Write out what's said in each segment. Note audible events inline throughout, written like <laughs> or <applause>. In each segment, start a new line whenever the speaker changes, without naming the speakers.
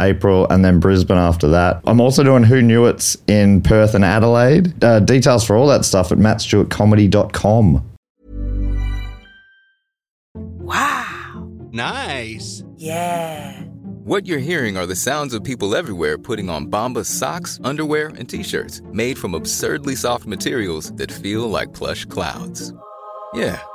April, and then Brisbane after that. I'm also doing Who Knew It's in Perth and Adelaide. Uh, details for all that stuff at mattstewartcomedy.com.
Nice.
What you're hearing are the sounds of people everywhere putting on Bombas socks, underwear, and t-shirts made from absurdly soft materials that feel like plush clouds. Yeah,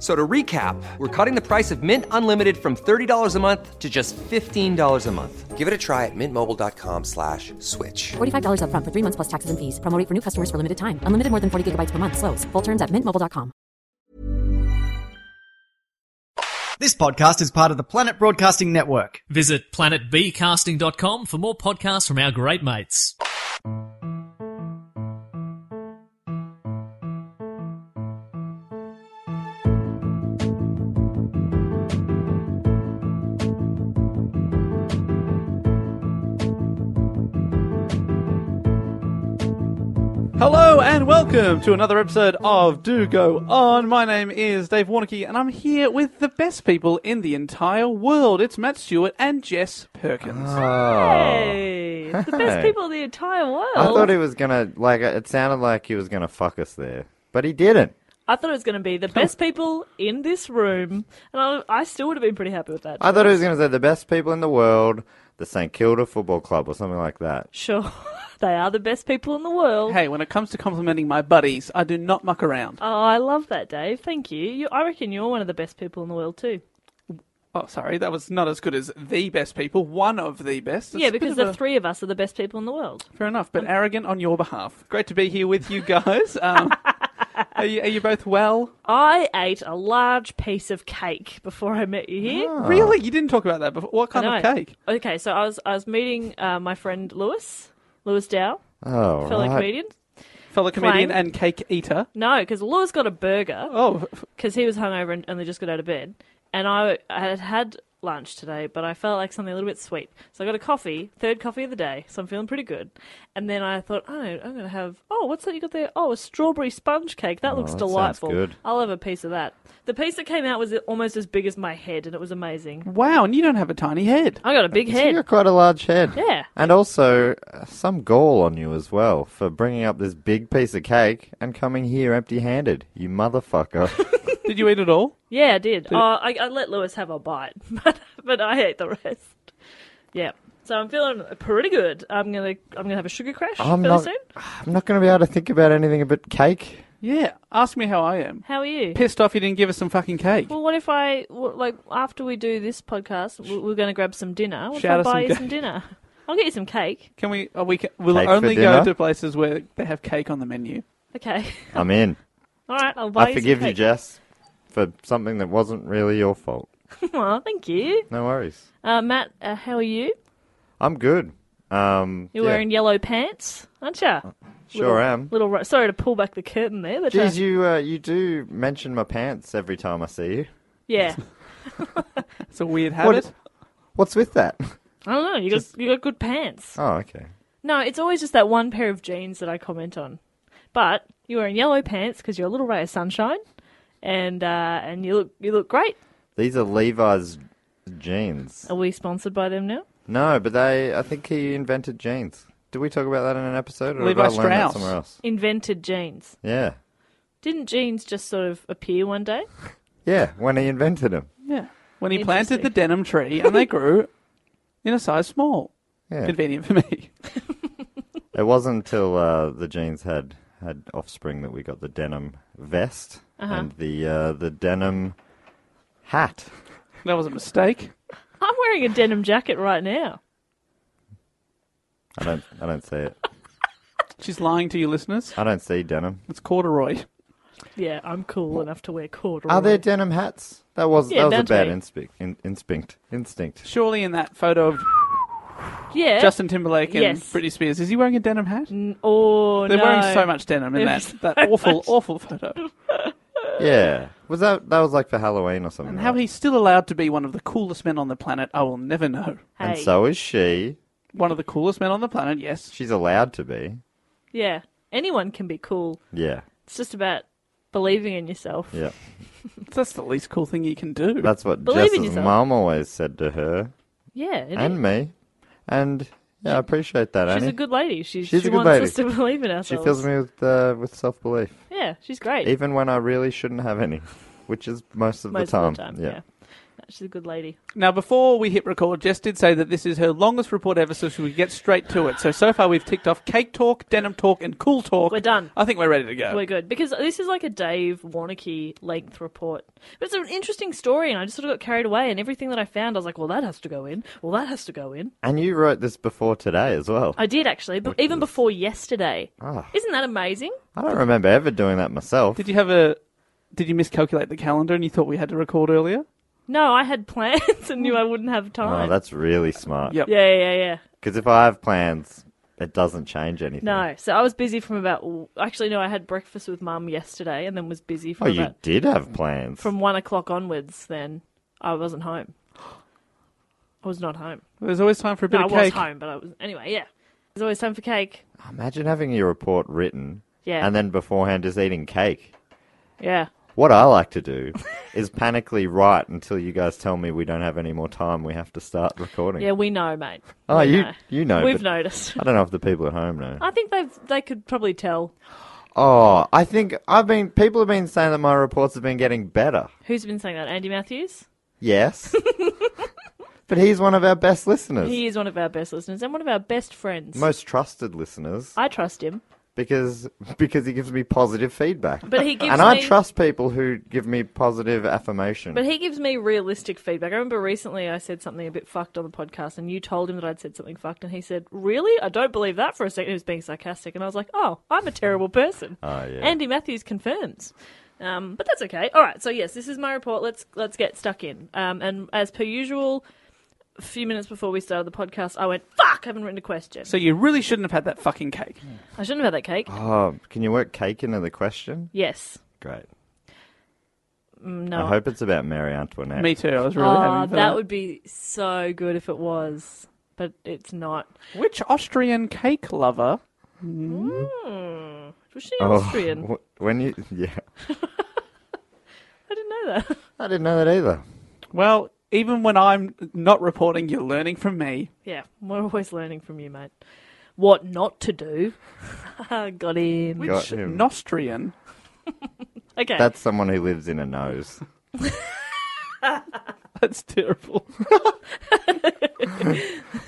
So to recap, we're cutting the price of Mint Unlimited from $30 a month to just $15 a month. Give it a try at mintmobile.com slash switch.
$45 up front for three months plus taxes and fees. Promo rate for new customers for limited time. Unlimited more than 40 gigabytes per month. Slows. Full terms at mintmobile.com.
This podcast is part of the Planet Broadcasting Network.
Visit planetbcasting.com for more podcasts from our great mates.
Hello and welcome to another episode of Do Go On. My name is Dave Warnocky and I'm here with the best people in the entire world. It's Matt Stewart and Jess Perkins.
Ah.
Hey, it's the best
Hey.
people in the entire world.
I thought he was gonna like. It sounded like he was gonna fuck us there, but he didn't.
I thought it was going to be the best people in this room, and I, I still would have been pretty happy with that.
I thought he was gonna say the best people in the world, the St Kilda Football Club, or something like that.
Sure, <laughs> they are the best people in the world.
Hey, when it comes to complimenting my buddies, I do not muck around.
Oh, I love that, Dave. Thank you. you. I reckon you're one of the best people in the world too.
Oh, sorry, that was not as good as the best people. One of the best. It's
yeah,
a bit
because um,
of
the
a-
three of us are the best people in the world.
Fair enough, but arrogant on your behalf. Great to be here with
<laughs>
you guys. Um, are, you, are you both well?
I ate a large piece of cake before I met you here.
Ah.
Really? You didn't talk about that before. What
I
kind of
know.
cake?
Okay, so I was I was meeting uh, my friend Lewis, Lewis Dow,
Oh,
fellow
right.
comedian.
Fellow
Plain.
comedian and cake eater.
No, because Lewis got a burger.
Oh, f-
because he was hungover and only just got out of bed. And I, I had had lunch today, but I felt like something a little bit sweet. So I got a coffee, third coffee of the day, so I'm feeling pretty good. And then I thought, oh, I'm going to have, oh, what's that you got there? Oh, a strawberry sponge cake. That looks
Oh, that sounds
delightful.
good.
I'll have a piece of that. The piece that came out was almost as big as my head, and it was amazing.
wow, and you don't have a tiny head.
I got a big
So you
head.
got quite a large head.
Yeah.
And also uh, some gall on you as well for bringing up this big piece of cake and coming here empty-handed.
<laughs>
You motherfucker.
Did you eat it all?
Yeah, I did. Oh, I, I let Lewis have a bite, <laughs> but, but I ate the rest. Yeah. So I'm feeling pretty good. I'm gonna I'm gonna have a sugar crash
I'm
fairly
not-
soon.
I'm not going to be able to think about anything but cake.
Yeah, ask me how I am.
How are you?
Pissed off you didn't give us some fucking cake.
Well, what if I w- like after we do this podcast, we- we're going to grab some dinner. What
Shout
if
us
I buy
some
you
cake.
some dinner? <laughs> I'll get you some cake.
Can we? Are we? ca- We'll
Cake for
only go
dinner?
to places where they have cake on the menu.
Okay. <laughs>
I'm in.
All right. I'll buy
I
you
forgive
some
you,
cake.
Jess, for something that wasn't really your fault.
Aw, thank you,
No worries.
uh, Matt. Uh, how are you?
I'm good. Um,
You're
yeah, Uh.
wearing yellow pants, aren't you?
Sure am.
Little ro- sorry to pull back the curtain there, but uh,
Geez, you uh, you do mention my pants every time I see you.
yeah.
It's a weird
What
habit.
is- What's with that? <laughs>
I don't know. You got you got good pants.
Oh, okay.
No, it's always just that one pair of jeans that I comment on. But you're wearing yellow pants because you're a little ray of sunshine, and uh, and you look you look great.
These are Levi's jeans.
Are we sponsored by them now?
No, but they. I think he invented jeans. Did we talk about that in an episode? Or
Levi
did I learn that
Strauss.
somewhere else?
Invented jeans.
Yeah,
Didn't jeans just sort of appear one day?
yeah. When he invented them.
Yeah. when he planted the
Interesting.
denim tree and they
<laughs>
grew in a size small.
Yeah.
Convenient for me. <laughs>
It wasn't until uh, the jeans had had offspring that we got the denim vest
Uh-huh.
and the uh, the denim hat.
That was a mistake.
I'm wearing a denim jacket right now.
I don't I don't see it.
She's lying to you, listeners.
I don't see denim.
It's corduroy.
Yeah, I'm cool enough to wear corduroy.
Are there denim hats? That was
Yeah,
that was a
that's
bad
right.
instinct. In, instinct. Instinct.
Surely in that photo of
yeah.
Justin Timberlake and
Yes.
Britney Spears, is he wearing a denim hat?
Oh
They're
no.
wearing so much denim in
They're
that,
so <laughs>
that awful, awful photo.
Yeah. Was that that was like for Halloween or something?
And how
right?
he's still allowed to be one of the coolest men on the planet, I will never know.
Hey.
And so is she.
One of the coolest men on the planet, yes.
She's allowed to be.
Yeah. Anyone can be cool.
Yeah.
It's just about believing in yourself.
Yeah.
That's the least cool thing you
<laughs>
can do.
That's what
Believe in
Jess's
yourself.
mum always said to her
Yeah. it
and
is.
me. And yeah, I appreciate that,
she's
Annie.
a good lady. She,
She's
she
a good
wants
lady.
us to <laughs> believe in
she
ourselves.
fills me with uh, with self belief.
Yeah, she's great.
even when I really shouldn't have any, <laughs> which is most of
most
the time.
of the time. Yeah. No, she's a good lady.
Now, before we hit record, Jess did say that this is her longest report ever, so she would get straight to it. So, so far we've ticked off cake talk, denim talk, and cool talk.
We're done.
I think we're ready to go.
We're good because this is like a Dave Warnicky length report. But it's an interesting story, and I just sort of got carried away. And everything that I found, I was like, "Well, that has to go in. Well, that has to go in."
And you wrote this before today as well. I,
I did actually, but even before yesterday.
Ah.
Isn't that amazing?
don't remember ever doing that myself.
Did you have a. Did you miscalculate the calendar and you thought we had to record earlier?
No, I had <laughs> plans and knew I wouldn't have
Oh,
time.
that's really smart.
Yep.
yeah, yeah, yeah, yeah.
Because if I have plans, it doesn't change anything.
No, so I was busy from about. Actually, no, I had breakfast with mum yesterday, and then was busy
Oh,
from
you
about
did have plans.
from one o'clock onwards. Then I wasn't home. <gasps> I was not home.
There's always time for a bit
No, I
of
was
cake.
home, but I was anyway. Yeah, there's always time for cake.
Imagine having your report written
Yeah.
and then beforehand just eating cake.
Yeah.
What I like to do is panically write until you guys tell me we don't have any more time. We have to start recording.
Yeah, we know, mate.
oh,
We
you you know.
We've
but
noticed.
I don't know if the people at home know.
I think they've they could probably tell
Oh, I think I've been. People have been saying that my reports have been getting better.
who's been saying that. Andy Matthews. <laughs>
Yes, but he's one of our best listeners,
He is one of our best listeners and one of our best friends.
most trusted listeners,
I trust him,
because because he gives me positive feedback.
but he gives
and
me.
I trust people who give me positive affirmation.
But he gives me realistic feedback. I remember recently I said something a bit fucked on the podcast, and you told him that I'd said something fucked, and he said, "Really? I don't believe that for a second. He was being sarcastic, and I was like, "Oh, I'm a terrible person."
Ah, yeah.
Andy Matthews confirms. Um, but that's okay. All right. So yes, this is my report. Let's let's get stuck in. Um, and as per usual, a few minutes before we started the podcast, I went, "Fuck! I haven't written a question.
So, you really shouldn't have had that fucking cake.
I shouldn't have had that cake."
oh, can you work cake into the question?
Yes.
Great.
Mm, No.
I hope it's about Mary Antoinette.
Me too. I was really
Oh,
having
that,
for
would be so good if it was, but it's not.
Which Austrian cake lover?
Hmm. Was she
Oh,
Austrian?
wh- when you <laughs> yeah,
I didn't know that. <laughs>
I didn't know that either.
Well, even when I'm not reporting, you're learning from me.
Yeah, we're always learning from you, mate. What not to do. <laughs> Got him.
Got
Which
him.
Nostrian? <laughs>
okay.
<laughs> That's someone who lives in a nose.
That's terrible.
<laughs>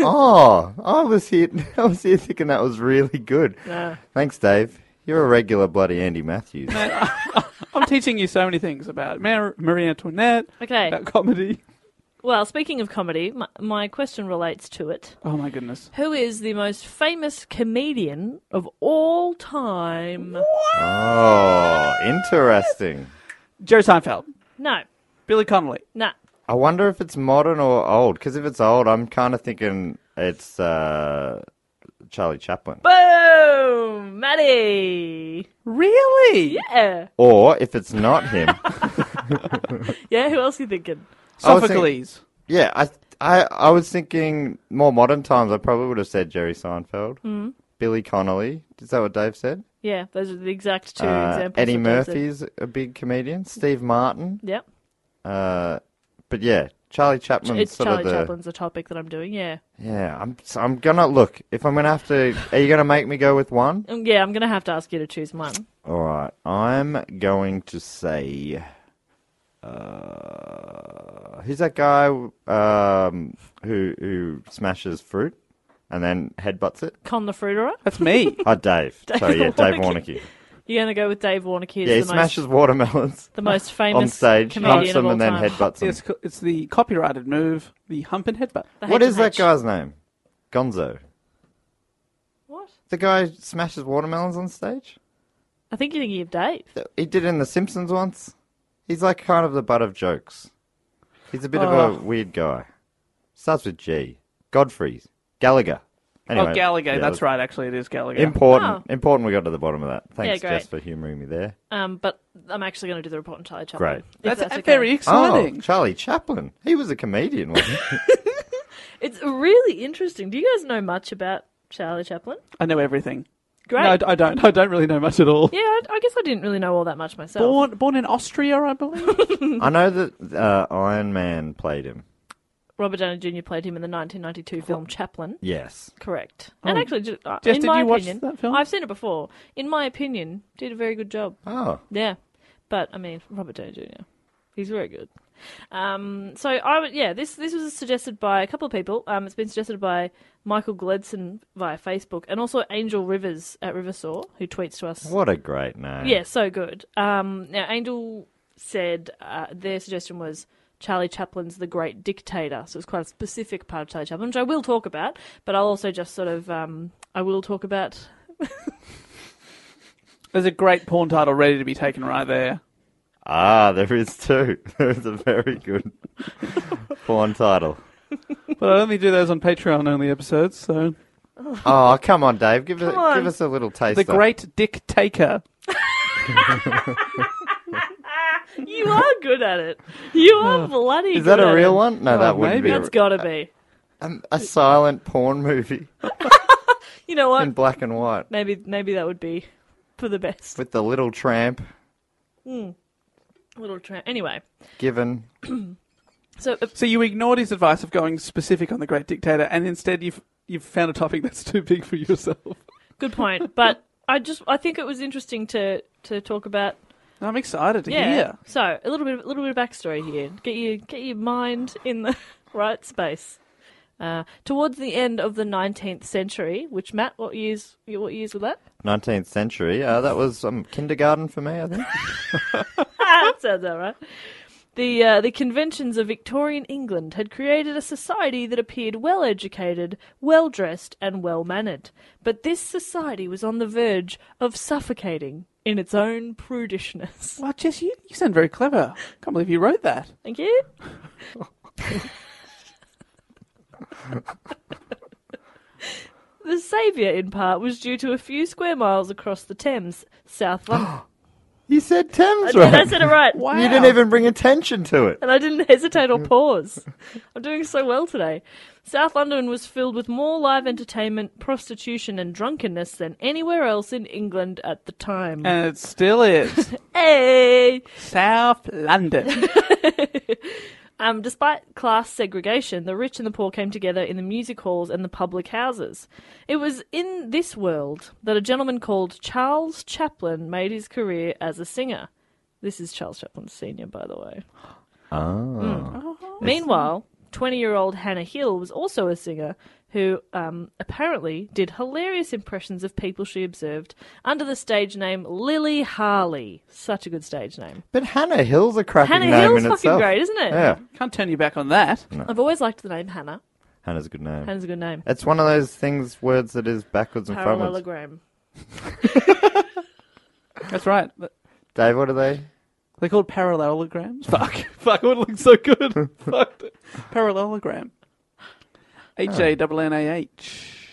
Oh, I was here. <laughs> I was here thinking that was really good.
uh,
Thanks, Dave. You're a regular bloody Andy <laughs> Matthews.
I'm teaching you so many things about Mar- Marie Antoinette,
Okay.
about comedy.
Well, speaking of comedy, my, my question relates to it.
Oh my goodness.
Who is the most famous comedian of all time?
oh, interesting.
Jerry Seinfeld,
No,
Billy Connolly.
no.
I wonder if it's modern or old. Because if it's old, I'm kind of thinking it's uh, Charlie Chaplin.
Boom, Maddie.
Really?
Yeah.
Or if it's not him, <laughs>
Yeah. Who else are you thinking?
I was thinking-
Sophocles.
yeah. I, I I was thinking more modern times. I probably would have said Jerry Seinfeld, Billy Connolly. Is that what Dave said?
Yeah, those are the exact two
Uh,
examples.
Eddie
that Dave said.
Murphy's a big comedian. Steve Martin.
Yep.
Uh, but yeah, Charlie Chapman's
It's
sort
Charlie
of the
Chaplin's the topic that I'm doing. Yeah.
yeah. I'm so I'm gonna look if I'm gonna have to. Are you gonna make me go with one?
Um, yeah, I'm gonna have to ask you to choose one.
All right, I'm going to say Uh, who's that guy um, who who smashes fruit and then headbutts it?
Con the Fruiterer.
That's
<laughs>
me.
Oh, Dave. Sorry, yeah, Dave
Warnocky.
Warnicky.
You're going to go with Dave Warnock as
Yeah, he
the,
smashes
most,
watermelons
the most famous
on stage,
comedian
humps
of
them,
all
and then
time.
headbutts them.
it's, co- it's the copyrighted move, the hump and headbutt.
The
What
H&H.
is that guy's name? Gonzo.
What?
The guy who smashes watermelons on stage?
I think you're thinking of Dave.
He did it in The Simpsons once. He's like kind of the butt of jokes. He's a bit of a weird guy. Starts with G. Godfrey. Gallagher. Anyway,
oh, Gallagher.
yeah,
That's right. Actually, it is Gallagher.
Important.
Oh.
Important we got to the bottom of that. Thanks,
Yeah, great.
Jess, for humouring me there.
Um, but I'm actually going to do the report on Charlie Chaplin.
Great.
if
that's
okay.
very exciting.
Oh, Charlie Chaplin. He was a comedian, wasn't he?
It's really interesting. Do you guys know much about Charlie Chaplin?
I know everything.
Great.
No, I d- I don't. I don't really know much at all.
yeah, I, I guess I didn't really know all that much myself.
Born, born in Austria, I believe.
<laughs>
I know that uh, Iron Man played him.
Robert Downey Jr. played him in the 1992 film Chaplin.
Yes.
Correct.
Oh.
And actually, ju- uh,
Jess,
in
did
my
you watch
opinion,
that film?
I've seen it before. In my opinion, did a very good job.
Oh.
Yeah, but I mean, Robert Downey Jr. He's very good. Um, so I would, yeah, this this was suggested by a couple of people. Um, it's been suggested by Michael Gledson via Facebook, and also Angel Rivers at Riversaw, who tweets to us.
What a great name.
Yeah, so good. Um, now, Angel said uh, their suggestion was Charlie Chaplin's The Great Dictator. So it's quite a specific part of Charlie Chaplin, which I will talk about, but I'll also just sort of, um, I will talk about.
<laughs>
<laughs>
There's a great porn title ready to be taken right there.
Ah, there is too. There's a very good porn title.
But I only do those on Patreon only episodes. So
Oh, come on, Dave. Give, us
on.
give us a little taste.
the
of-
Great Dick Taker.
You are good at it. You are bloody
Is that
good
a
at
real
it.
one? No,
Oh,
that wouldn't
maybe.
be
That's gotta be.
a, a silent porn movie
You know what?
in black and white
Maybe maybe that would be for the best.
with the little tramp
Little tra- anyway.
given.
So uh,
So you ignored his advice of going specific on the Great Dictator, and instead you've you've found a topic that's too big for yourself.
good
<laughs>
point, but I just I think it was interesting to to talk about
I'm excited to
Yeah.
hear.
So a little bit, a little bit of backstory here. Get your get your mind in the <laughs> right space. Uh, towards the end of the 19th century, which Matt, what years? What years were that?
19th century. Uh, that was um, kindergarten for me, I think.
that <laughs> sounds all right. The uh, the conventions of Victorian England had created a society that appeared well educated, well dressed, and well mannered. But this society was on the verge of suffocating in its own prudishness. <laughs>
Wow, Jess, you, you sound very clever. Can't believe you wrote that.
Thank you. <laughs> the saviour, in part, was due to a few square miles across the Thames, South London.
You said
I,
Thames,
did,
right?
I said it right.
Wow.
<laughs> You didn't even bring attention to it.
And I didn't hesitate or pause. I'm doing so well today. South London was filled with more live entertainment, prostitution, and drunkenness than anywhere else in England at the time.
And it still <laughs> is.
hey!
South London.
Um, despite class segregation, the rich and the poor came together in the music halls and the public houses. It was in this world that a gentleman called Charles Chaplin made his career as a singer. This is Charles Chaplin Sr., by the way.
Ah.
Hmm. Meanwhile, 20 year old Hannah Hill was also a singer who um, apparently did hilarious impressions of people she observed under the stage name Lily Harley. Such a good stage name.
But Hannah Hill's a cracking
Hannah
name
Hill's
in
fucking
itself.
great, isn't it?
Yeah,
Can't turn you back on that.
I've always liked the name Hannah.
Hannah's a good name.
Hannah's a good name.
It's one of those things, words that is backwards and frontwards.
Parallelogram.
That's right.
Dave, what are they?
They're called parallelograms. Fuck. <laughs> Fuck, it would look so <laughs> good. Fuck. Parallelogram. H A N N A H.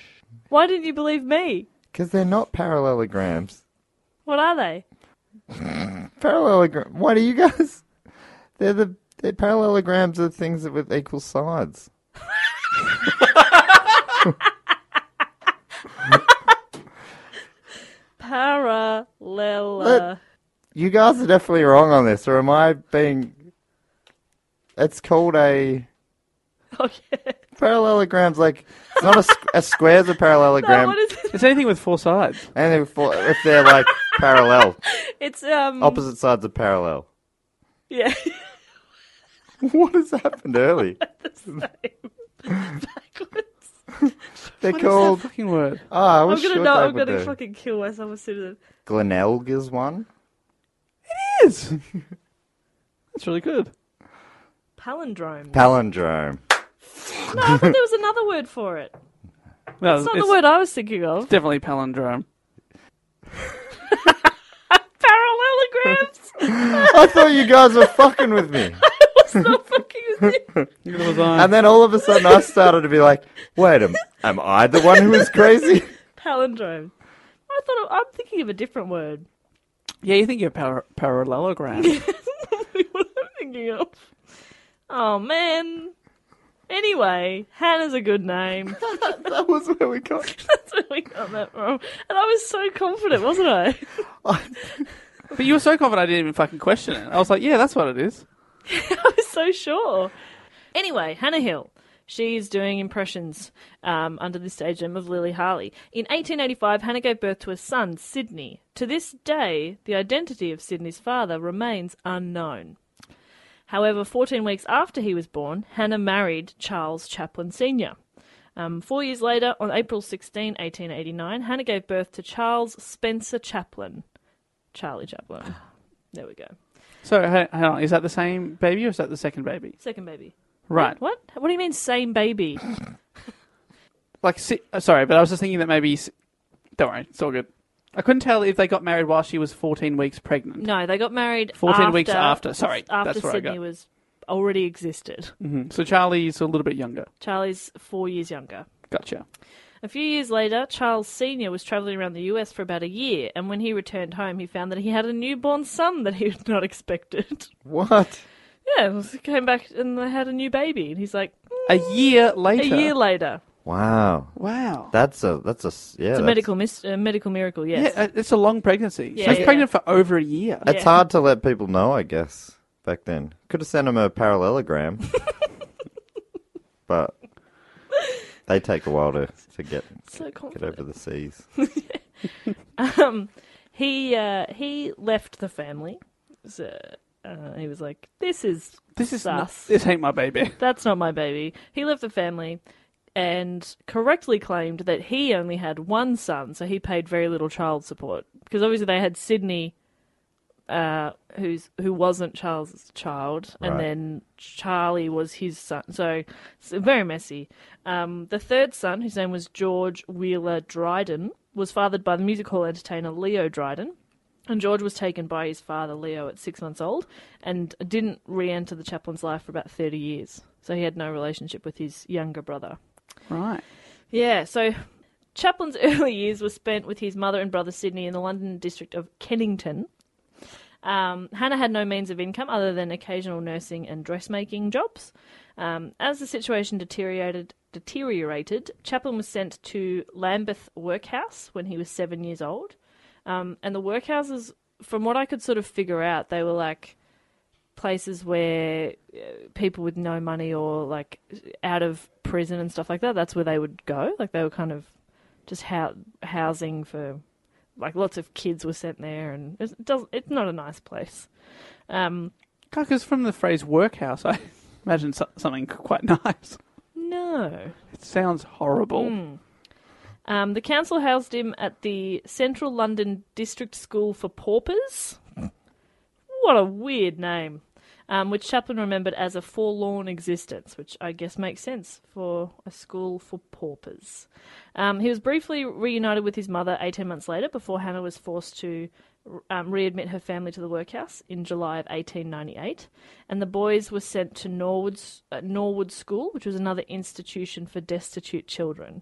Why didn't you believe me?
Because they're not parallelograms.
What are they?
Parallelogram. What are you guys? <laughs> They're the they're parallelograms are things that with equal sides.
Parallel. <laughs>
What? You guys are definitely wrong on this, or am I being? It's called a
Oh, yeah. <laughs>
parallelogram's like it's not a, squ- a square's a
<laughs>
parallelogram,
No, what is it?
It's anything with four sides.
and if, if they're like parallel,
It's um. <laughs>
opposite sides are parallel.
Yeah. <laughs>
What has happened early?
Backwards.
They're
What is
called.
that fucking word?
Oh, I was
I'm gonna
sure
know.
they
I'm
would
gonna
do.
fucking kill myself as soon as.
Glenelg is one.
Yes. That's really good.
Palindrome.
Palindrome.
no, I thought there was another word for it.
No,
It's not the word I was thinking of.
Definitely palindrome.
Parallelograms.
<laughs> I thought you guys were fucking with me.
What's not fucking with
Um,
it?
And then all of a sudden, I started to be like, wait a minute, am I the one who is crazy?
Palindrome. I thought I'm thinking of a different word.
Yeah, you think you're par- parallelogram.
<laughs> what I'm thinking of. Oh man. Anyway, Hannah's a good name. <laughs>
That was where we got.
That's where we got that wrong. And I was so confident, wasn't I?
but you were so confident I didn't even fucking question it. I was like, yeah, that's what it is.
I was <laughs> so sure. Anyway, Hannah Hill. She's doing impressions um, under the stage name of Lily Harley. In 1885, Hannah gave birth to a son, Sidney. To this day, the identity of Sidney's father remains unknown. However, 14 weeks after he was born, Hannah married Charles Chaplin Sr. Um, four years later, on April 16, 1889, Hannah gave birth to Charles Spencer Chaplin. Charlie Chaplin. There we go.
So, hang hang on, is that the same baby or is that the second baby?
Second baby.
Right.
What? What do you mean, same baby?
Like, si- uh, sorry, but I was just thinking that maybe. s- Don't worry, it's all good. I couldn't tell if they got married while she was 14 weeks pregnant.
No, they got married
14 weeks after. Sorry,
after
that's where I
Sydney
got.
was already existed.
So Charlie's a little bit younger.
Charlie's four years younger.
Gotcha.
A few years later, Charles Sr. was travelling around the US for about a year, and when he returned home, he found that he had a newborn son that he had not <laughs> expected.
What?
yeah, it was- he came back and they had a new baby, and he's like, "Mm,
A year later.
a year later.
Wow.
Wow.
That's a that's a s- yeah.
It's a
that's-
medical, mis- uh, medical miracle,
yeah,
yes.
uh, it's a long pregnancy.
Yeah,
she was
yeah.
pregnant for over a year.
It's
Yeah.
hard to let people know, I guess. Back then, could have sent them
<laughs>
a parallelogram, but they take a while to to get
so
get
confident.
over the seas.
He, uh, he left the family. So, uh, he was like, this is
this is not,
sus.
this ain't my <laughs> baby.
<laughs> That's not my baby. He left the family and correctly claimed that he only had one son, so he paid very little child support because obviously they had Sydney uh who's who wasn't Charles's child and
Right.
then Charlie was his son. So it's very messy. Um the third son, whose name was George Wheeler Dryden, was fathered by the music hall entertainer Leo Dryden. And George was taken by his father, Leo, at six months old, and didn't re enter the chaplain's life for about 30 years. So he had no relationship with his younger brother.
Right.
Yeah, so Chaplin's <laughs> early years were spent with his mother and brother Sydney in the London district of Kennington. Um, Hannah had no means of income other than occasional nursing and dressmaking jobs. Um, as the situation deteriorated, deteriorated, Chaplin was sent to Lambeth Workhouse when he was seven years old. Um, and the workhouses, from what I could sort of figure out, they were like places where uh, people with no money or like out of prison and stuff like that. That's where they would go. Like they were kind of just hou- housing for like lots of kids were sent there, and it's, it does, it's not a nice place. Um,
Because from the phrase workhouse, I <laughs> imagine so- something quite <laughs> nice.
no.
It sounds horrible.
Um, the council housed him at the Central London District School for Paupers. What a weird name. Um, which Chaplin remembered as a forlorn existence, which I guess makes sense for a school for paupers. Um, he was briefly reunited with his mother 18 months later before Hannah was forced to um, readmit her family to the workhouse in July of 1898. And the boys were sent to Norwood's, uh, Norwood School, which was another institution for destitute children.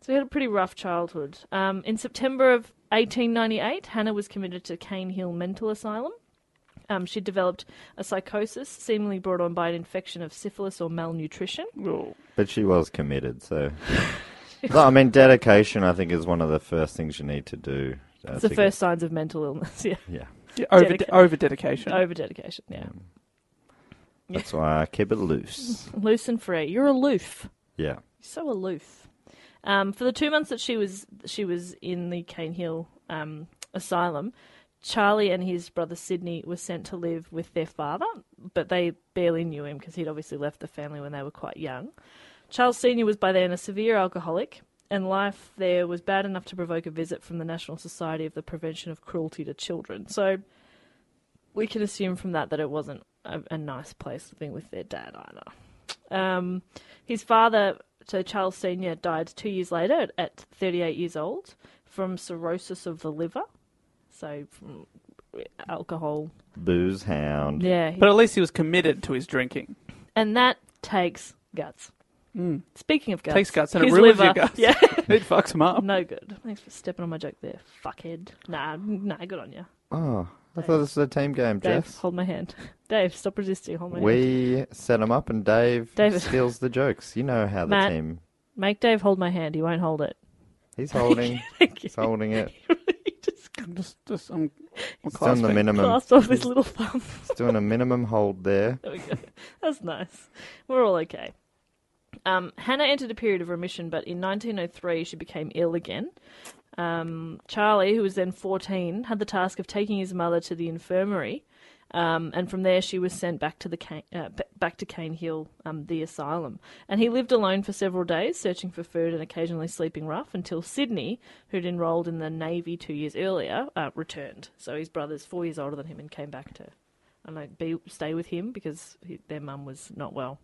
So he had a pretty rough childhood. Um, in September of 1898, Hannah was committed to Cane Hill Mental Asylum. Um, she developed a psychosis, seemingly brought on by an infection of syphilis or malnutrition.
Oh.
But she was
<laughs>
committed, so. no, I mean, dedication, I think, is one of the first things you need to do. uh,
It's the
to get-
first signs of mental illness. <laughs> Yeah,
yeah.
Yeah, over,
Dedica-
over dedication.
over dedication. Yeah,
That's why I keep it loose.
loose and free. You're aloof.
Yeah.
so aloof. Um, for the two months that she was she was in the Cane Hill um, asylum, Charlie and his brother Sydney were sent to live with their father, but they barely knew him because he'd obviously left the family when they were quite young. Charles Sr. was by then a severe alcoholic, and life there was bad enough to provoke a visit from the National Society of the Prevention of Cruelty to Children. So we can assume from that that it wasn't a, a nice place living with their dad either. Um, his father, so Charles Sr., died two years later at 38 years old from cirrhosis of the liver. So from alcohol.
Booze hound.
Yeah.
But at least he was committed to
<laughs>
his drinking.
and that takes guts. Speaking of guts,
Mm. Takes guts and it
his
ruins your
liver-
guts. <laughs>
Yeah.
It fucks him up.
no good. Thanks for stepping on my joke there, fuckhead. Nah, nah, good on you.
Oh, I thought this was a team game,
Dave,
Jess.
hold my hand. <laughs> Dave, stop resisting. Hold my hand.
We set him up, and Dave
David.
steals the jokes. You know how the
Matt.
team.
Make Dave hold my hand. He won't hold it. <laughs>
He's holding.
Thank you.
he's
<laughs>
holding it.
He just
I'm just, just, I'm, I'm
He's doing the
clasping.
minimum.
clasped off his little thumb.
He's doing a minimum hold there.
There we go. <laughs> That's nice. We're all okay. Um, Hannah entered a period of remission, but in 1903 she became ill again. Um, Charlie, who was then 14, had the task of taking his mother to the infirmary, um, and from there she was sent back to the Cane, uh, b- back to Cane Hill, um, the asylum. And he lived alone for several days, searching for food and occasionally sleeping rough, until Sydney, who'd enrolled in the navy two years earlier, uh, returned. So his brother's four years older than him and came back to and like be stay with him because he, their mum was not well.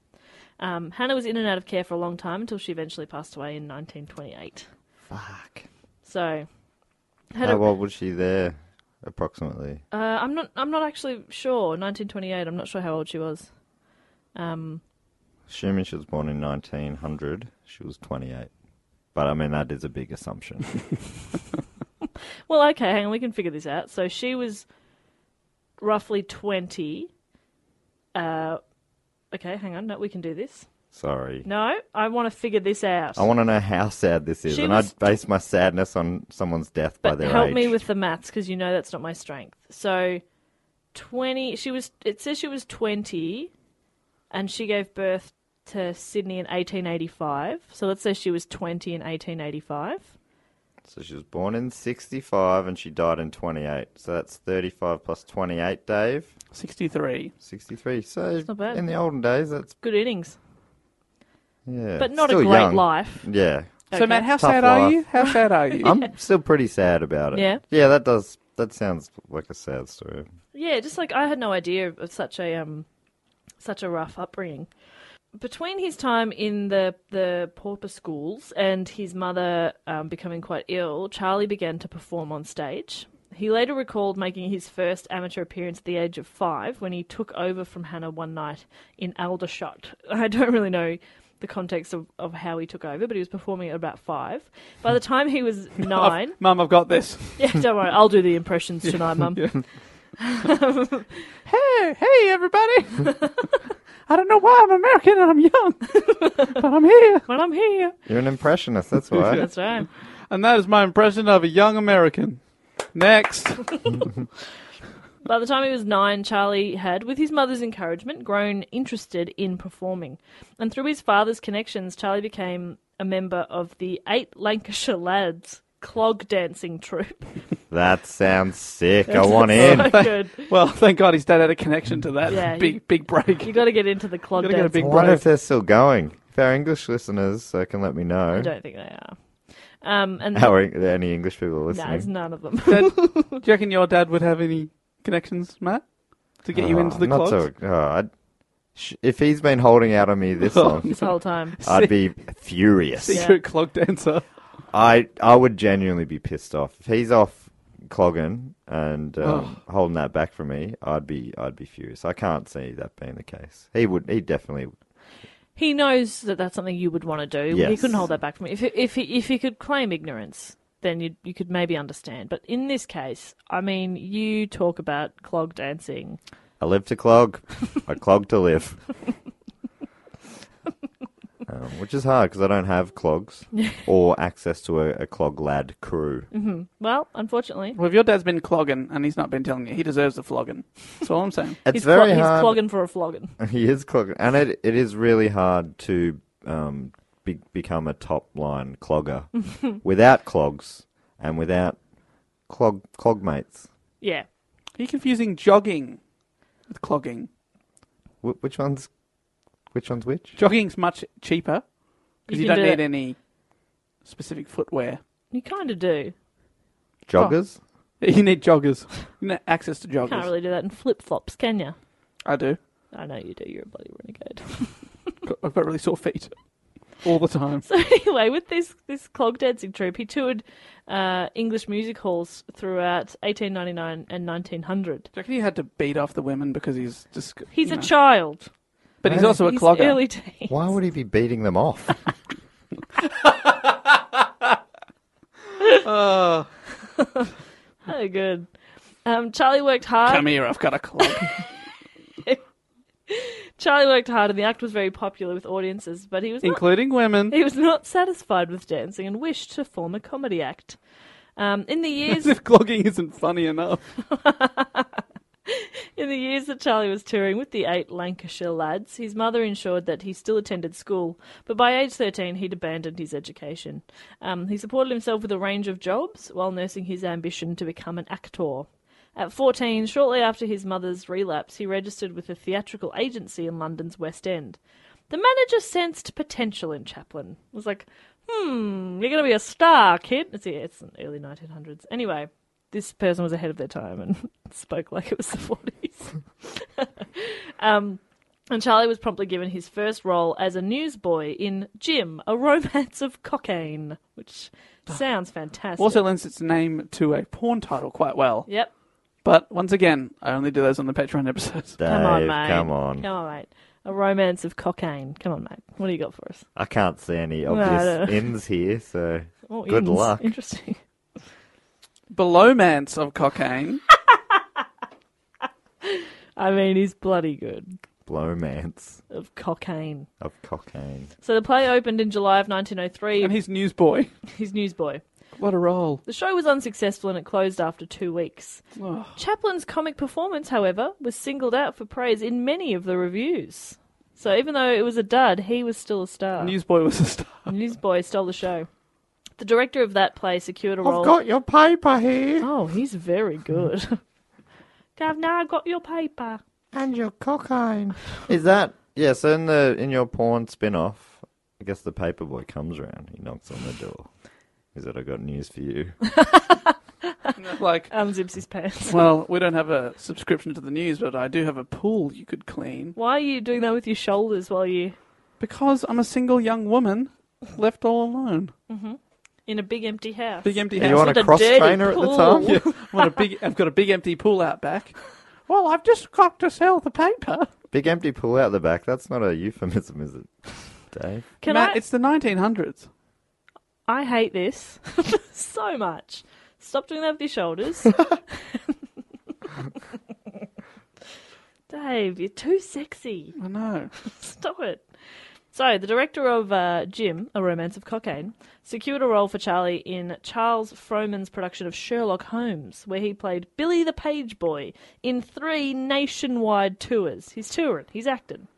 Um, Hannah was in and out of care for a long time until she eventually passed away in 1928.
Fuck.
So, had a-
How old was she there, approximately?
uh, I'm not I'm not actually sure. 1928. I'm not sure how old she was. Um,
Assuming she was born in 1900, she was 28. But I mean, that is a
<laughs>
big assumption.
well, okay, hang on, we can figure this out. So she was roughly 20. Uh, okay, hang on, no, we can do this.
Sorry.
No, I want to figure this out.
I want to know how sad this is,
She
and
was-
I'd base my sadness on someone's death by
But
their
help
age.
me with the maths because you know that's not my strength. So, twenty. She was. It says she was twenty, and she gave birth to Sydney in eighteen eighty-five. So let's say she was twenty in eighteen eighty-five.
So she was born in 65 and she died in 28. So that's 35 plus 28, Dave.
63.
63. So
not bad.
in the olden days, that's
Good innings,
yeah,
but not
still
a great
young.
life.
Yeah,
<laughs>
So, Matt, how
Tough
sad are
life.
you? How sad are you?
I'm still pretty sad about it.
Yeah?
yeah, that does. That sounds like a sad story.
Yeah, just like I had no idea of such a um, such a rough upbringing. Between his time in the the pauper schools and his mother um, becoming quite ill, Charlie began to perform on stage. He later recalled making his first amateur appearance at the age of five when he took over from Hannah one night in Aldershot. <laughs> I don't really know the context of, of how he took over, but he was performing at about five. By the time he was <laughs> nine, <laughs>
Mum, I've got this.
yeah, don't worry, I'll do the impressions tonight, Mum.
Hey, hey, everybody. <laughs> I don't know why I'm American and I'm young, <laughs> but I'm here.
When I'm here,
You're an impressionist.
<laughs>
That's why.
that's right.
And that is my impression of a young American. Next.
By the time he was nine, Charlie had, with his mother's encouragement, grown interested in performing. And through his father's connections, Charlie became a member of the Eight Lancashire Lads clog dancing troupe.
That sounds sick. I want in.
<laughs> So good.
Well, thank God his dad had a connection to that
Yeah,
big,
he-
big break.
you got to get into the clog
Gotta get a
dancing.
big
I wonder
break.
if they're still going. If our English listeners uh, can let me
I
know. <laughs>
don't think they are. Um, and
How are any English people
no, it's
listening?
none of them. <laughs>
Dad, do you reckon your dad would have any connections, Matt, to get you
Oh,
into the
not
clogs?
so- oh, I'd- sh- if he's been holding out on me
<laughs>
this long,
this whole
<laughs>
time.
I'd be
<laughs>
<laughs>
furious.
Secret clog dancer.
I I would genuinely be pissed off if he's off clogging and um, holding that back from me. I'd be I'd be furious. I can't see that being the case. He would. He definitely.
He knows that that's something you would want to do. He
Yes.
couldn't hold that back from you. If he, if he, if he could claim ignorance, then you you could maybe understand. But in this case, I mean, you talk about clog dancing.
I live to clog.
<laughs>
I clog to live. Um, which is hard because I don't
<laughs>
have clogs or access to a, a clog lad crew.
Well, unfortunately,
Well, if your dad's been clogging and he's not been telling you, he deserves a flogging. That's all
<laughs>
I'm saying.
It's
he's, clo-
very
he's
hard.
clogging for a flogging.
<laughs> He is clogging, and it it is really hard to um, be, become a top line
<laughs>
clogger without clogs and without clog clogmates.
Yeah.
Are you confusing jogging with clogging?
Wh- which one's which one's which?
Jogging's much cheaper because you,
You can
don't
do
need
it.
any specific footwear. <laughs>
You kind of do. Oh,
Joggers.
You need joggers. You need access to
You
joggers.
can't really do that in flip flops, can you?
I do.
I know you do. You're a bloody renegade. <laughs>
Got- I've got really sore feet <laughs> all the time.
So anyway, with this this clog dancing troupe, he toured uh, English music halls throughout 1899 and 1900.
Do you reckon he had to beat off the women because he's just.
He's
you
a
know.
child.
But he's also a
He's
clogger. <laughs>
early teens.
Why would he be beating them off?
<laughs> Oh, good. Um, Charlie worked hard.
Come here, I've got a clog. <laughs>
Charlie worked hard, and the act was very popular with audiences. But he was not
Including women. <laughs>
He was not satisfied with dancing and wished to form a comedy act. Um, in the years
As if clogging isn't funny enough.
in the years that Charlie was touring with the eight Lancashire lads, his mother ensured that he still attended school, but by age 13 he'd abandoned his education. Um, he supported himself with a range of jobs while nursing his ambition to become an actor. At 14, shortly after his mother's relapse, he registered with a theatrical agency in London's West End. The manager sensed potential in Chaplin. Was like, hmm, you're going to be a star, kid. It's, it's in the early 1900s. Anyway, this person was ahead of their time and <laughs> spoke like it was the 40s. <laughs> um, and Charlie was promptly given his first role as a newsboy in Jim, a romance of cocaine, which sounds fantastic.
Also lends its name to a porn title quite well.
yep.
But once again, I only do those on the Patreon episodes.
Come on,
Dave,
mate.
Come on.
Come on, mate. A romance of cocaine. Come on, mate. What do you got for us?
I can't see any
I
obvious
don't-
ends here, so
Oh, ins.
good luck.
Interesting.
Belowmance of cocaine. <laughs>
I mean, he's bloody good
Blowmance
of cocaine.
of cocaine.
So the play opened in July of 1903.
and he's newsboy.
His newsboy.
What a role.
The show was unsuccessful and it closed after two weeks. Chaplin's comic performance, however, was singled out for praise in many of the reviews. So even though it was a dud, he was still a star.
Newsboy was a star.
Newsboy stole the show. The director of that play secured a role.
your paper here
Oh, he's very
<laughs>
good. I've now got your paper.
and your cocaine. Is that yeah? So in the in your porn spin-off, I guess the paper boy comes around. He knocks on the door. He said, "I got news for you."
<laughs> like,
Unzips his pants.
well, we don't have a subscription to the news, but I do have a pool you could clean.
Why are you doing that with your shoulders while you
Because I'm a single young woman left all alone.
in a big empty house?
Big empty
Are you
house.
on
What
a
a
cross
dirty
trainer at the
pool.
time?
Yeah. <laughs>
<laughs> I've got a big, I've got a big empty pool out back. Well, I've just got to sell the paper.
Big empty pool out the back. That's not a euphemism, is it, Dave?
Can
Matt,
I?
it's the 1900s.
I hate this <laughs> so much. Stop doing that with your shoulders. Dave, you're too sexy.
I know.
Stop it. So, the director of uh, Jim, A Romance of Cocaine, secured a role for Charlie in Charles Frohman's production of Sherlock Holmes, where he played Billy the Page Boy in three nationwide tours. He's touring, he's acting.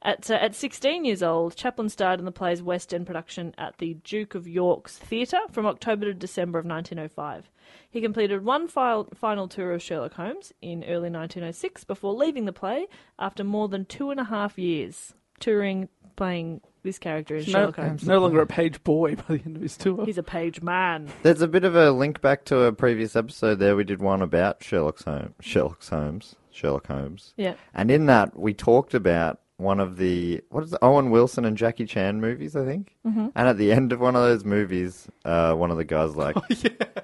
At, uh, at 16 years old, Chaplin starred in the play's West End production at the Duke of York's Theatre from October to December of 1905. He completed one fil- final tour of Sherlock Holmes in early 1906 before leaving the play after more than two and a half years touring, playing this character in
No,
Sherlock Holmes.
no longer a page boy by the end of his tour.
He's a page man.
There's a bit of a link back to a previous episode there. We did one about Sherlock Holmes. Sherlock Holmes. Sherlock Holmes.
Yeah.
And in that, we talked about one of the what is it, Owen Wilson and Jackie Chan movies, I think. Mm-hmm. And at the end of one of those movies, uh, one of the guys like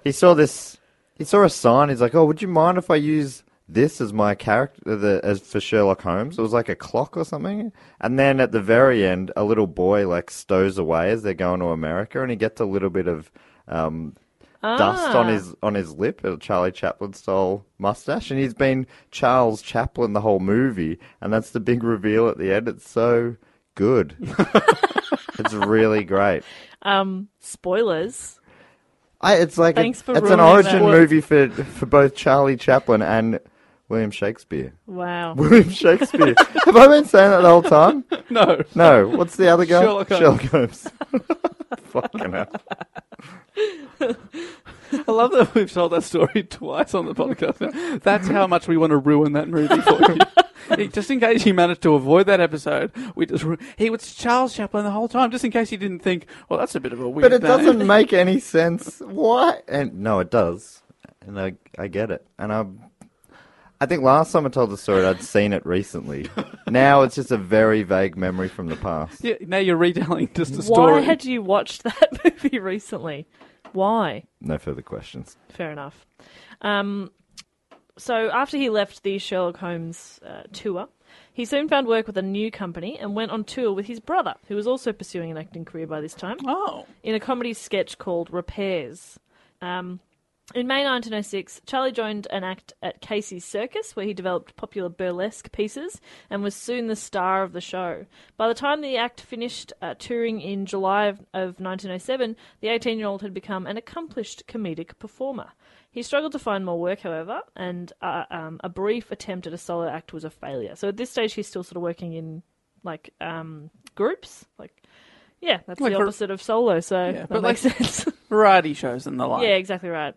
he saw this, he saw a sign. He's like, "Oh, would you mind if I use this as my character the, as for Sherlock Holmes?" It was like a clock or something. And then at the very end, a little boy like stows away as they're going to America, and he gets a little bit of. Um, dust
Ah.
on his on his lip, a Charlie Chaplin style mustache, and he's been Charles Chaplin the whole movie, and that's the big reveal at the end. It's so
<laughs>
good. it's really great.
Um, spoilers.
I, it's like a-
Thanks for
it's an
ruining
origin
that.
movie for for both Charlie Chaplin and William Shakespeare. <laughs>
Wow.
William Shakespeare. Have I been saying that the whole time?
<laughs> no.
No. What's the other guy? <laughs>
Sherlock Holmes.
Sherlock Holmes. Fucking hell.
I love that we've told that story <laughs> twice on the podcast. now. That's how much we want to ruin that movie
<laughs>
for you. just in case you managed to avoid that episode, we just ru- he was Charles Chaplin the whole time. Just in case you didn't think, well, that's a bit of a weird.
But it
<laughs>
name.
doesn't make any sense. Why? And no, it does. And I, I get it. And I, I think last time I told the story, I'd seen it recently.
<laughs>
now it's just a very vague memory from the past.
Yeah, now you're retelling just a
Why
story.
had you watched <laughs> that movie recently? Why?
No further questions.
Fair enough. Um, so after he left the Sherlock Holmes uh, tour, he soon found work with a new company and went on tour with his brother, who was also pursuing an acting career by this time,
Oh,
in a comedy sketch called Repairs. Um, in May 1906, Charlie joined an act at Casey's Circus, where he developed popular burlesque pieces and was soon the star of the show. By the time the act finished uh, touring in July of, of 1907, the 18 year old had become an accomplished comedic performer. He struggled to find more work, however, and uh, um, a brief attempt at a solo act was a failure. So at this stage, he's still sort of working in like um, groups, like yeah, that's
Like
the
for-
opposite of solo. So
Yeah,
that
but
makes
like-
<laughs> sense.
variety shows and the like.
Yeah, exactly right.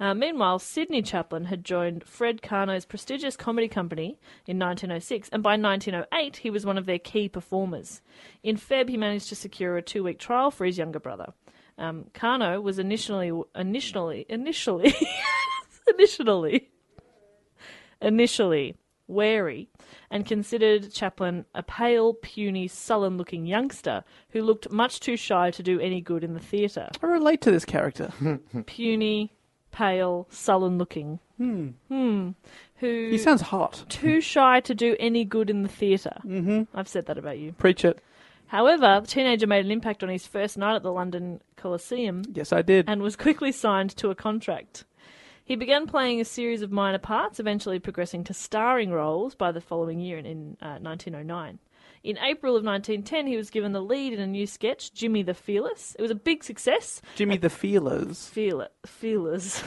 Uh, meanwhile, Sidney Chaplin had joined Fred Carno's prestigious comedy company in 1906, and by 1908, he was one of their key performers. In Feb, he managed to secure a two week trial for his younger brother. Um, Carno was initially, initially, initially, <laughs> initially, initially wary and considered Chaplin a pale, puny, sullen looking youngster who looked much too shy to do any good in the theatre
I relate to this character.
puny, pale, sullen looking. Hmm. Who
he sounds hot.
too shy to do any good in the theater Mm-hmm. I've said that about you.
Preach it.
However, the teenager made an impact on his first night at the London Coliseum
Yes, I did.
and was quickly signed to a contract. He began playing a series of minor parts, eventually progressing to starring roles by the following year in, in uh, 1909. In April of 1910, he was given the lead in a new sketch, Jimmy the Fearless. It was a big success,
Jimmy the Feelers.
feel feelers.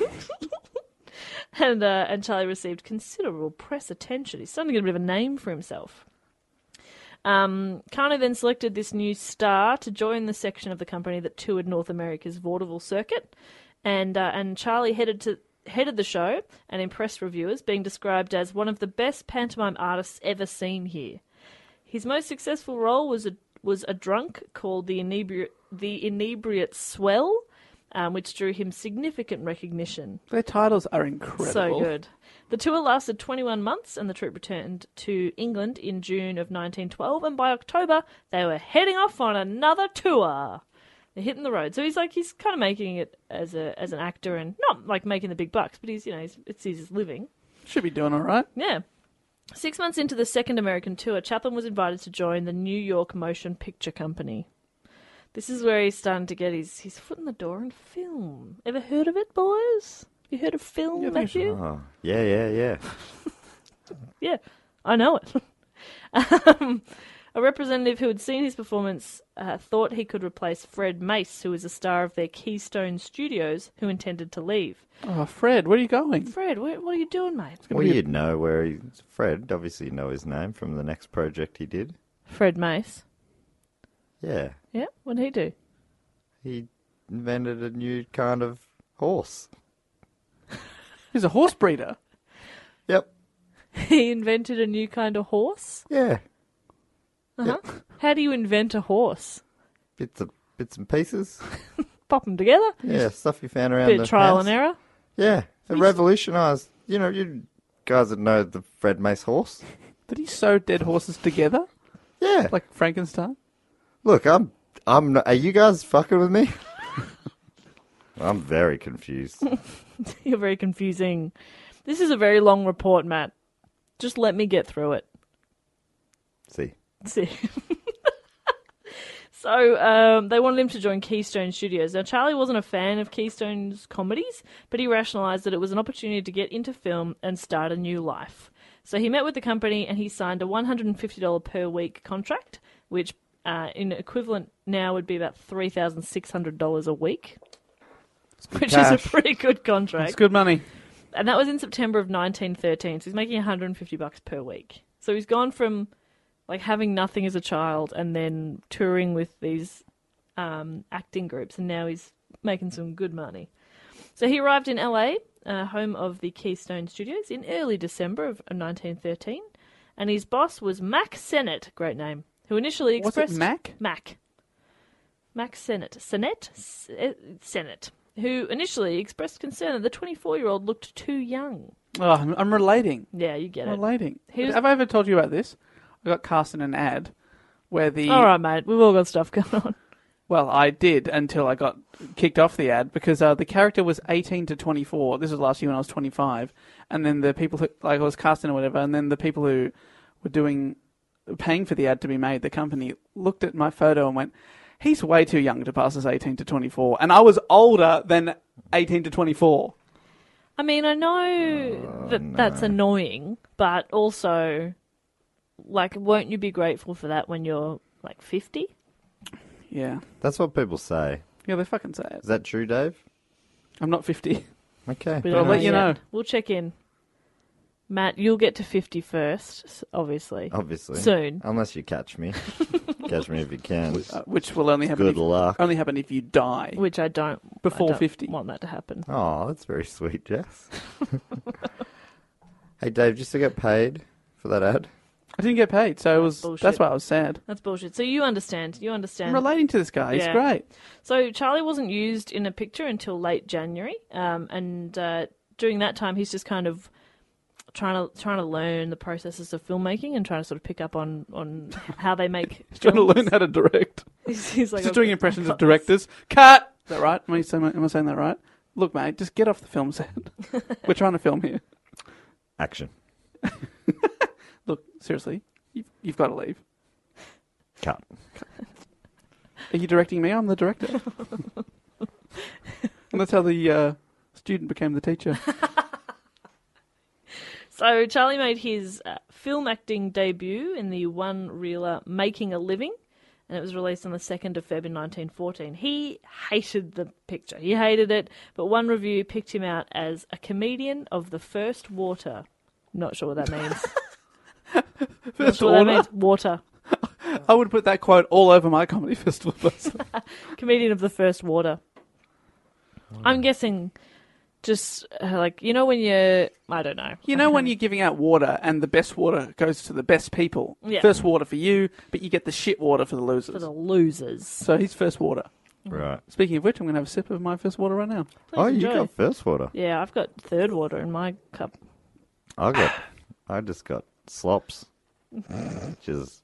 <laughs> and uh, and Charlie received considerable press attention. He's starting to get a bit of a name for himself. Um, Carno then selected this new star to join the section of the company that toured North America's vaudeville circuit, and uh, and Charlie headed to headed the show and impressed reviewers, being described as one of the best pantomime artists ever seen here. His most successful role was a was a drunk called the inebriate the inebriate swell, um, which drew him significant recognition.
Their titles are incredible.
So good. The tour lasted 21 months, and the troupe returned to England in June of 1912. And by October, they were heading off on another tour. They're hitting the road. So he's like, he's kind of making it as a as an actor, and not like making the big bucks, but he's you know, he's, it's his living.
Should be doing all right.
Yeah. Six months into the second American tour, Chaplin was invited to join the New York Motion Picture Company. This is where he's starting to get his, his foot in the door in film. Ever heard of it, boys? You heard of film back here?
Oh, yeah, yeah, yeah.
Yeah, I know it. <laughs> um, a representative who had seen his performance uh, thought he could replace Fred Mace, who was a star of their Keystone Studios, who intended to leave.
Oh, Fred, where are you going?
Fred, wh- what are you doing, mate?
Well, you'd know where he's Fred. Obviously, you know his name from the next project he did.
Fred Mace.
Yeah,
Yeah, what'd he do? <laughs>
he invented a new kind of horse.
He's a horse breeder.
Yep.
He invented a new kind of horse.
Yeah.
Uh-huh. How do you invent a horse?
Bits of bits
<laughs>
and pieces.
Pop them together.
Yeah, stuff you found around
Bit
the
of trial and
house.
error. <laughs>
Yeah, it revolutionised. You know, you guys would know the Fred Mace horse.
Did he sew dead horses together
Yeah.
like Frankenstein?
Look, I'm. I'm. Not, are you guys fucking with me? <laughs> I'm
<laughs>
very confused.
You're very confusing. This is a very long report, Matt. Just let me get through it.
See,
See. <laughs> so um, they wanted him to join Keystone Studios. Now Charlie wasn't a fan of Keystone's comedies, but he rationalised that it was an opportunity to get into film and start a new life. So he met with the company and he signed a one hundred and fifty dollar per week contract, which uh, in equivalent now would be about three thousand six hundred dollars a week, which is
cash.
a pretty good contract
It's good money.
and that was in September of 1913. So he's making 150 bucks per week. So he's gone from like having nothing as a child and then touring with these um, acting groups, and now he's making some good money. So he arrived in LA, uh, home of the Keystone Studios, in early December of 1913, and his boss was Mac Sennett, great name, who initially
Was it
expressed
Mac?
Mac. Mac Sennett. Sennett? S- eh, Sennett. Who initially expressed concern that the 24 year old looked too young.
Oh, I'm, I'm relating.
Yeah, you get
I'm
it.
relating.
Here's-
Have I ever told you about this? I got cast in an ad where the
All right, mate. We've all got stuff going on.
Well, I did until I got kicked off the ad because uh, the character was 18 to 24. This was last year when I was 25. And then the people who, like, I was casting or whatever, and then the people who were doing, paying for the ad to be made, the company, looked at my photo and went, he's way too young to pass as 18 to 24. And I was older than 18 to 24.
I mean, I know that
Oh,
that's annoying, but also, like, won't you be grateful for that when you're like 50?
Yeah.
That's what people say.
Yeah, they fucking say it.
Is that true, Dave?
I'm not <laughs> 50.
Okay.
We
I'll
don't
let
yet.
you know.
We'll check in. Matt, you'll get to 50 first, s- obviously.
Obviously.
Soon.
Unless you
<laughs>
catch me. catch me if you can.
Uh, which will only happen,
Good
if,
luck.
only happen if you die.
Which I don't I
Before
don't
50.
want that to happen.
Oh, that's very sweet, Jess. <laughs> hey, Dave, did you still get paid for that ad?
I didn't get paid, so it was,
Bullshit.
that's why I was sad.
That's bullshit. So you understand. You understand.
I'm relating to this guy. He's
Yeah.
great.
So Charlie wasn't used in a picture until late January, um, and uh, during that time, he's just kind of trying to trying to learn the processes of filmmaking and trying to sort of pick up on on how they make.
<laughs> Trying to
films.
learn how to direct.
<laughs> He's, he's like
just
"I've
doing
got-
impressions of
I've got this."
directors. Cut. Is that right? Am I saying, am I saying that right? Look, mate, just get off the
<laughs>
film set. We're trying to film here.
Action.
Look, seriously, you've, you've got to leave.
Cut.
Are you directing me? I'm
<laughs>
the director. and that's how the uh, student became the teacher.
So Charlie made his uh, film acting debut in the one-reeler "Making a Living," and it was released on the second of Feb in 1914. He hated the picture. He hated it, but one review picked him out as a comedian of the first water. Not sure what that means. Not
First
sure what that
order.
means. Water.
I would put that quote all over my comedy <laughs> festival poster.
Comedian of the first water. I'm guessing, just uh, like you know when you're, I don't know.
You know when you're giving out water and the best water goes to the best people.
Yeah.
First water for you, but you get the shit water for the losers.
for the losers.
So he's first water.
Right.
Speaking of which, I'm going to have a sip of my first water right now.
Please
Oh, you
enjoy.
got first water.
Yeah, I've got third water in my cup.
I got. I just got slops, which is,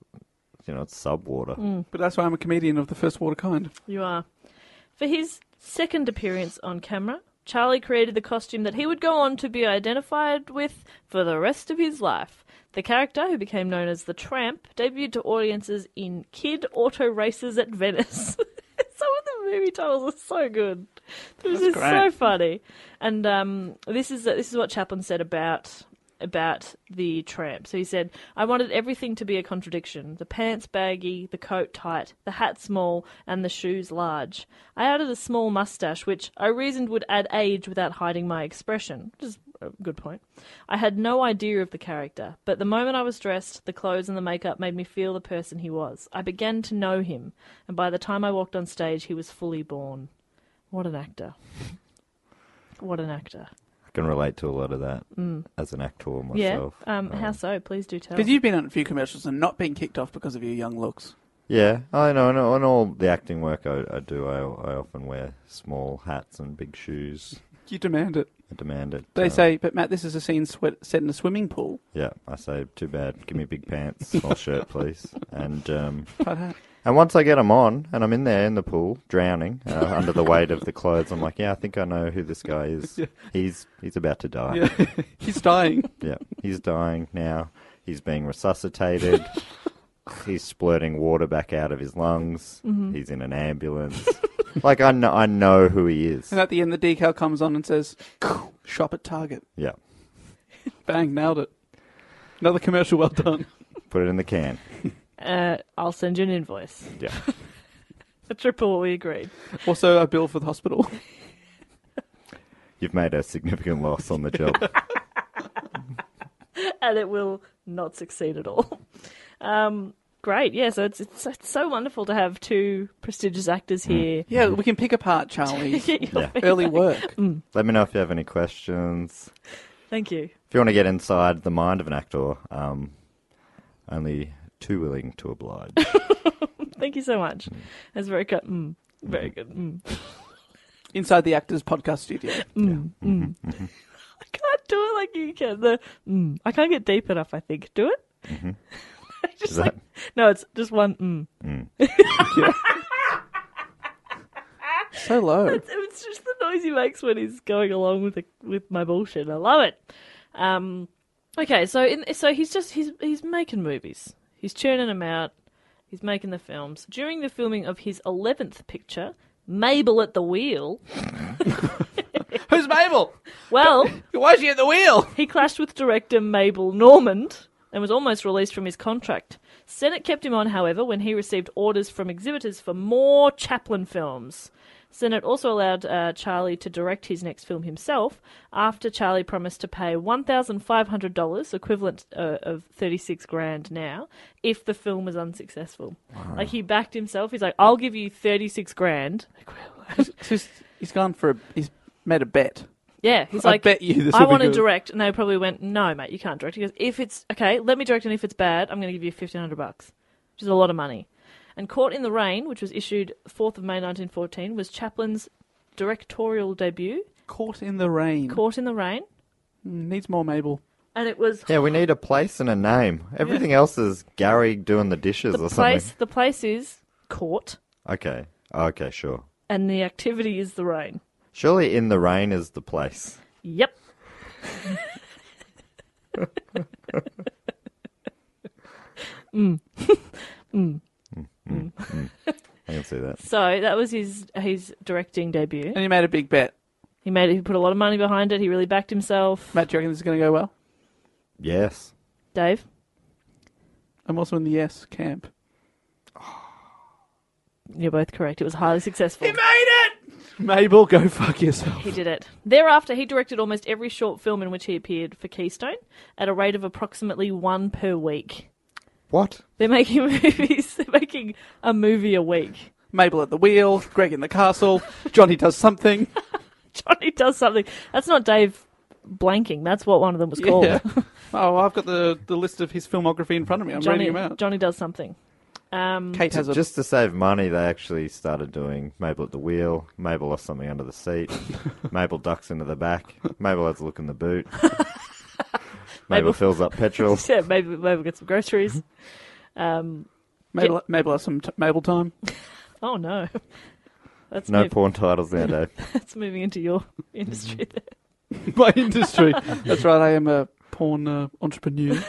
you know, it's sub water.
But that's why I'm a comedian of the first water kind.
You are. For his second appearance on camera, Charlie created the costume that he would go on to be identified with for the rest of his life. The character, who became known as the Tramp, debuted to audiences in Kid Auto Races at Venice. <laughs> Some of the movie titles are so good. This is so
great.
funny. And um, this is this is what Chaplin said about about the tramp. So he said, I wanted everything to be a contradiction the pants baggy, the coat tight, the hat small, and the shoes large. I added a small mustache, which I reasoned would add age without hiding my expression, which is a good point. I had no idea of the character, but the moment I was dressed, the clothes and the makeup made me feel the person he was. I began to know him, and by the time I walked on stage, he was fully born. What an actor. What an actor.
I can relate to a lot of that as an actor myself.
Yeah. Um, How so? Please do tell.
Because you've been on a few commercials and not been kicked off because of your young looks.
Yeah, I know. and on all the acting work I, I do, I, I often wear small hats and big shoes.
You demand it.
I demand it.
They
um,
say, but Matt, this is a scene sweat- set in a swimming pool.
Yeah, I say, too bad. Give me big pants, small shirt, please. And um,
But, uh,
and once I get them on, and I'm in there in the pool, drowning uh, under the weight of the clothes, I'm like, yeah, I think I know who this guy
<laughs>
is. He's he's about to die. Yeah.
he's <laughs> dying.
he's dying now. He's being
<laughs>
resuscitated. he's splurting water back out of his lungs.
Mm-hmm.
He's in an ambulance. like I know, I know who he is.
and at the end, the decal comes on and says, shop at Target.
Yeah,
Bang, nailed it. Another commercial well <laughs> done.
put it in the can.
Uh, I'll send you an invoice.
Yeah.
<laughs> A triple what we agreed.
Also, a bill for the hospital.
You've made a significant loss on the job.
<laughs> And it will not succeed at all. <laughs> Um, great. Yeah, so it's, it's it's so wonderful to have two prestigious
Mm.
actors here. <laughs>
Yeah, we can pick apart <laughs> Charlie's early work.
Let me know if you have any questions.
Thank you.
If you want to get inside the mind of an actor, um, only too willing to oblige.
<laughs> Thank you so much. That's very good. Mm, very good. Mm.
Inside the Actors Podcast Studio.
I can't do it like you can. The mm, I can't get deep enough. I think do it. <laughs> just
Mm-hmm. Is
like
that-
no, it's just one. Mm.
So <laughs> low.
It's just the noise he makes when he's going along with the, with my bullshit. I love it. Um, okay, so in, so he's just he's he's making movies. He's churning them out. He's making the films. During the filming of his eleventh picture, Mabel at the Wheel.
Who's Mabel?
Well,
Why is she at the wheel?
<laughs> he clashed with director Mabel Normand and was almost released from his contract. Senate kept him on, however, when he received orders from exhibitors for more Chaplin films. Senate also allowed uh, Charlie to direct his next film himself after Charlie promised to pay $1,500, equivalent uh, of 36 grand now, if the film was unsuccessful. Like he backed himself. He's like, I'll give you 36 grand.
He's, he's gone for a. He's made a bet.
Yeah, he's
I
like,
bet you this
I
will be
want to
good."
direct, and they probably went, "No, mate, you can't direct." He goes, "If it's okay, let me direct, and if it's bad, I'm going to give you fifteen hundred bucks, which is a lot of money." And Caught in the Rain, which was issued fourth of May, nineteen fourteen, was Chaplin's directorial debut.
Caught in the rain.
Caught in the Rain,
Needs more Mabel.
and it was
yeah, we need a place and a name. Everything else is Gary doing the dishes
the
or
place.
something.
The place is Caught,
Okay. Okay, sure.
and the activity is the rain.
Surely in the rain is the place.
Yep.
I can see that.
So that was his his directing debut.
And he made a big bet.
He made he put a lot of money behind it. He really backed himself.
Matt, do you reckon this is going to go well?
Yes.
Dave.
I'm also in the yes camp.
You're both correct. It was highly successful.
Mabel, go fuck yourself.
He did it. Thereafter, he directed almost every short film in which he appeared for Keystone at a rate of approximately one per week.
What?
They're making <laughs> movies. They're making a movie a week. <laughs>
Mabel at the wheel, Greg in the castle, Johnny does <laughs> something.
Johnny does something. That's not Dave blanking. That's what one of them was called.
Yeah. Oh, I've got the, the list of his filmography in front of me. I'm
Johnny,
reading him out.
Johnny does something. Um, <laughs>
Kate has a
Just to save money, they actually started doing Mabel at the wheel, Mabel lost something under
<laughs>
the seat, Mabel ducks into the back, Mabel has a look in
<laughs>
the boot, Mabel
Mabel-
fills up petrol.
yeah, maybe maybe we'll get some
<laughs>
groceries. Um,
Mabel, Mabel has some t- Mabel <laughs> time.
oh no, <laughs> that's
No
mov-
porn titles nowadays.
<laughs> that's moving into your <laughs> industry.
Mm-hmm.
There.
My industry. That's right. I am a porn uh, entrepreneur.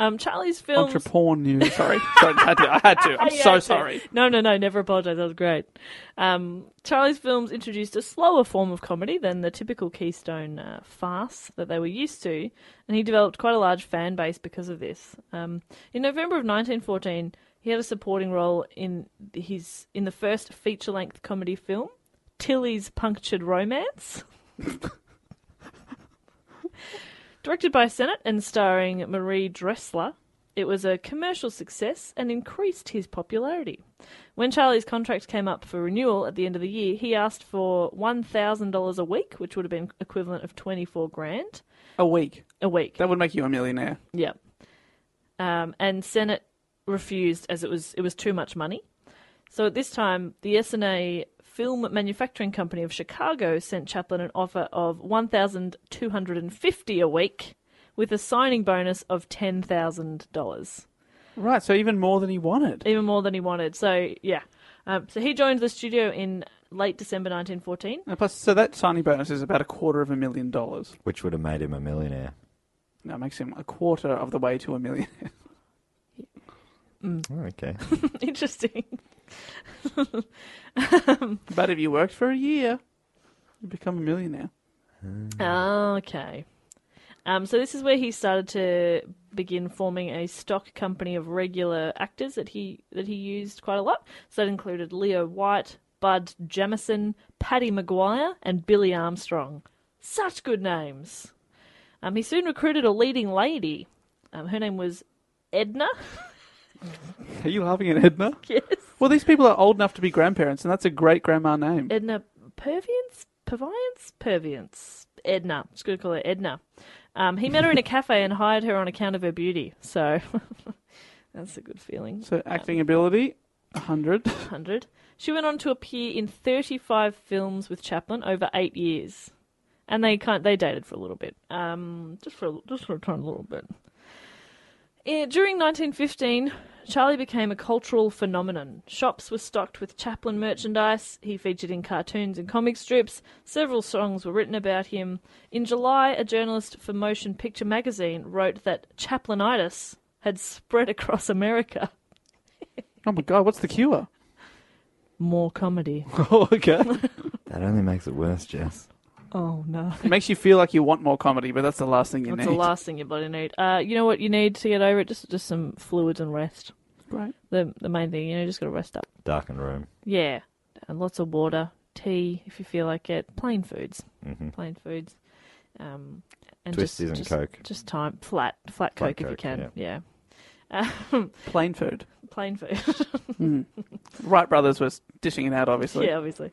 Um, Charlie's films.
Entreporn news. Sorry. sorry I, had to, I had to.
<laughs>
I'm
Yeah,
so
okay.
sorry.
No, no, no, never apologise. That was great. Um, Charlie's films introduced a slower form of comedy than the typical Keystone uh, farce that they were used to, and he developed quite a large fan base because of this. Um, in November of 1914, he had a supporting role in his in the first feature-length comedy film, Tilly's Punctured Romance. Directed by Sennett and starring Marie Dressler, it was a commercial success and increased his popularity. When Charlie's contract came up for renewal at the end of the year, he asked for $1,000 a week, which would have been equivalent of 24 grand
A week.
a week.
That would make you a millionaire.
Yeah. Um, and Senate refused as it was it was too much money. So at this time, the SNA Film Manufacturing Company of Chicago sent Chaplin an offer of one thousand two hundred and fifty a week, with a signing bonus of ten thousand dollars,
Right. So even more than he wanted.
even more than he wanted. So yeah, um, so he joined the studio in late December nineteen fourteen. <laughs>
And plus, so that signing bonus is about a quarter of a million dollars.
Which would have made him a millionaire.
That makes him a quarter of the way to a million. <laughs>
Oh, okay.
Interesting.
but if you worked for a year, you become a millionaire.
Okay. Um, so this is where he started to begin forming a stock company of regular actors that he that he used quite a lot. So that included Leo White, Bud Jamison, Paddy Maguire, and Billy Armstrong. Such good names. Um, he soon recruited a leading lady. Um, her name was Edna. <laughs>
Are you laughing at Edna?
yes.
Well, these people are old enough to be grandparents, and that's a great grandma name.
Edna Perviance? Perviance? Perviance. Edna. Just going to call her Edna. Um, he met her in a cafe and hired her on account of her beauty. So <laughs> that's a good feeling.
So acting ability, hundred.
100. She went on to appear in 35 films with Chaplin over eight years. And they kind they dated for a little bit, um, just for a- just for a tiny little bit. Eh, During 1915, Charlie became a cultural phenomenon. Shops were stocked with Chaplin merchandise. He featured in cartoons and comic strips. Several songs were written about him. In July, a journalist for Motion Picture Magazine wrote that Chaplinitis had spread across America.
Oh my god, what's the cure?
More comedy.
Oh, okay.
That only makes it worse, Jess.
Oh no.
it makes you feel like you want more comedy, but that's the last thing you
That's
need.
the last thing your body need. Uh, you know what you need to get over it? Just just some fluids and rest.
Great.
The the main thing, you know, just gotta rest up.
Darkened room.
Yeah. And lots of water, tea if you feel like it. Plain foods. Plain foods. Um and just,
Twisties and
just-
Coke.
Just time flat flat,
Flat
coke, if you
Coke,
can. Yeah. Um,
Plain food.
<laughs> Plain food.
Wright brothers was dishing it out,
<laughs>
obviously.
yeah, obviously.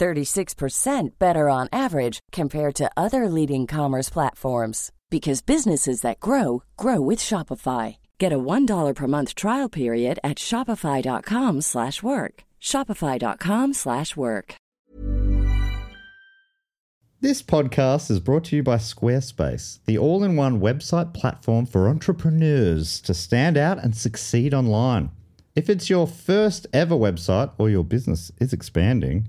36% better on average compared to other leading commerce platforms because businesses that grow grow with Shopify. Get a $1 per month trial period at shopify.com/work. slash work. shopify.com/work. slash work.
This podcast is brought to you by Squarespace, the all in one website platform for entrepreneurs to stand out and succeed online. If it's your first ever website or your business is expanding,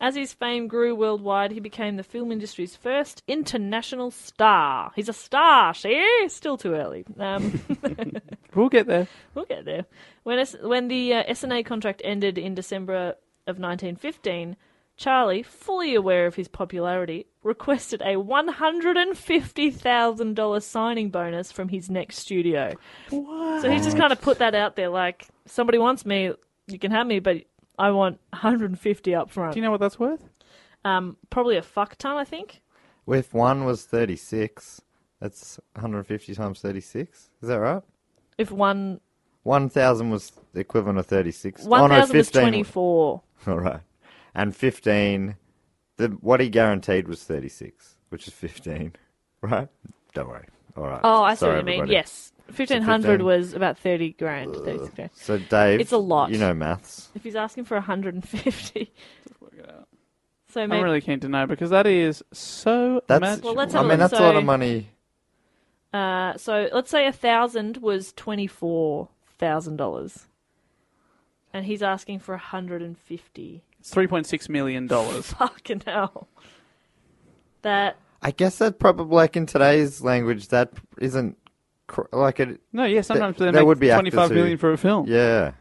As his fame grew worldwide, he became the film industry's first international star. He's a star, she? Still too early. Um,
We'll get there.
We'll get there. When S- when the uh, SNA contract ended in December of 1915, Charlie, fully aware of his popularity, requested a $150,000 signing bonus from his next studio. So he just kind of put that out there like somebody wants me, you can have me, but I want 150 up front.
Do you know what that's worth?
um probably a fuck ton, I think.
If one was 36, that's 150 times 36. Is that right?
If one
1,000 was the equivalent of 36.
1000 was 24.
<laughs> All right. And 15, the, what he guaranteed was 36, which is 15, <laughs> right? Don't worry. All right.
Oh, I see
Sorry,
what you mean.
everybody.
Yes. 1500
15.
was about 30 grand, 36 grand.
So, Dave,
It's a lot.
You know maths.
If he's asking for 150. So
I'm
maybe
really keen to know because that is so
That's
much.
Well, let's
I
<laughs>
have a
mean,
look.
that's a lot of
So-
money.
uh, so let's say a thousand was twenty four thousand dollars.
and he's asking for 150.
It's three point six million dollars.
<laughs> Fucking hell. That
I guess that probably, like in today's language, that isn't cr- like it.
No, yeah, sometimes
Th-
they
there
make
would be actors
25
who-
million for a film.
Yeah.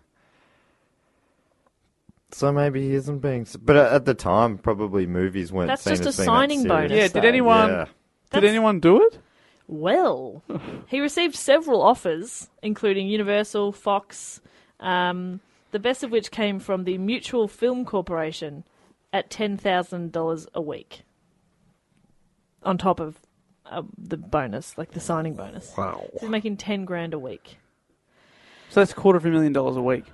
So maybe he isn't being, s- but at at the time, probably movies weren't.
That's
seen
just
as
a
being that
signing
serious.
bonus, Yeah,
did though. anyone-
Yeah.
Did anyone do it?
well, he received several offers, including Universal, Fox, um, the best of which came from the Mutual Film Corporation at ten thousand dollars a week, on top of uh, the bonus, like the signing bonus. Wow, he's making ten grand a week.
So that's a quarter of a million dollars a week.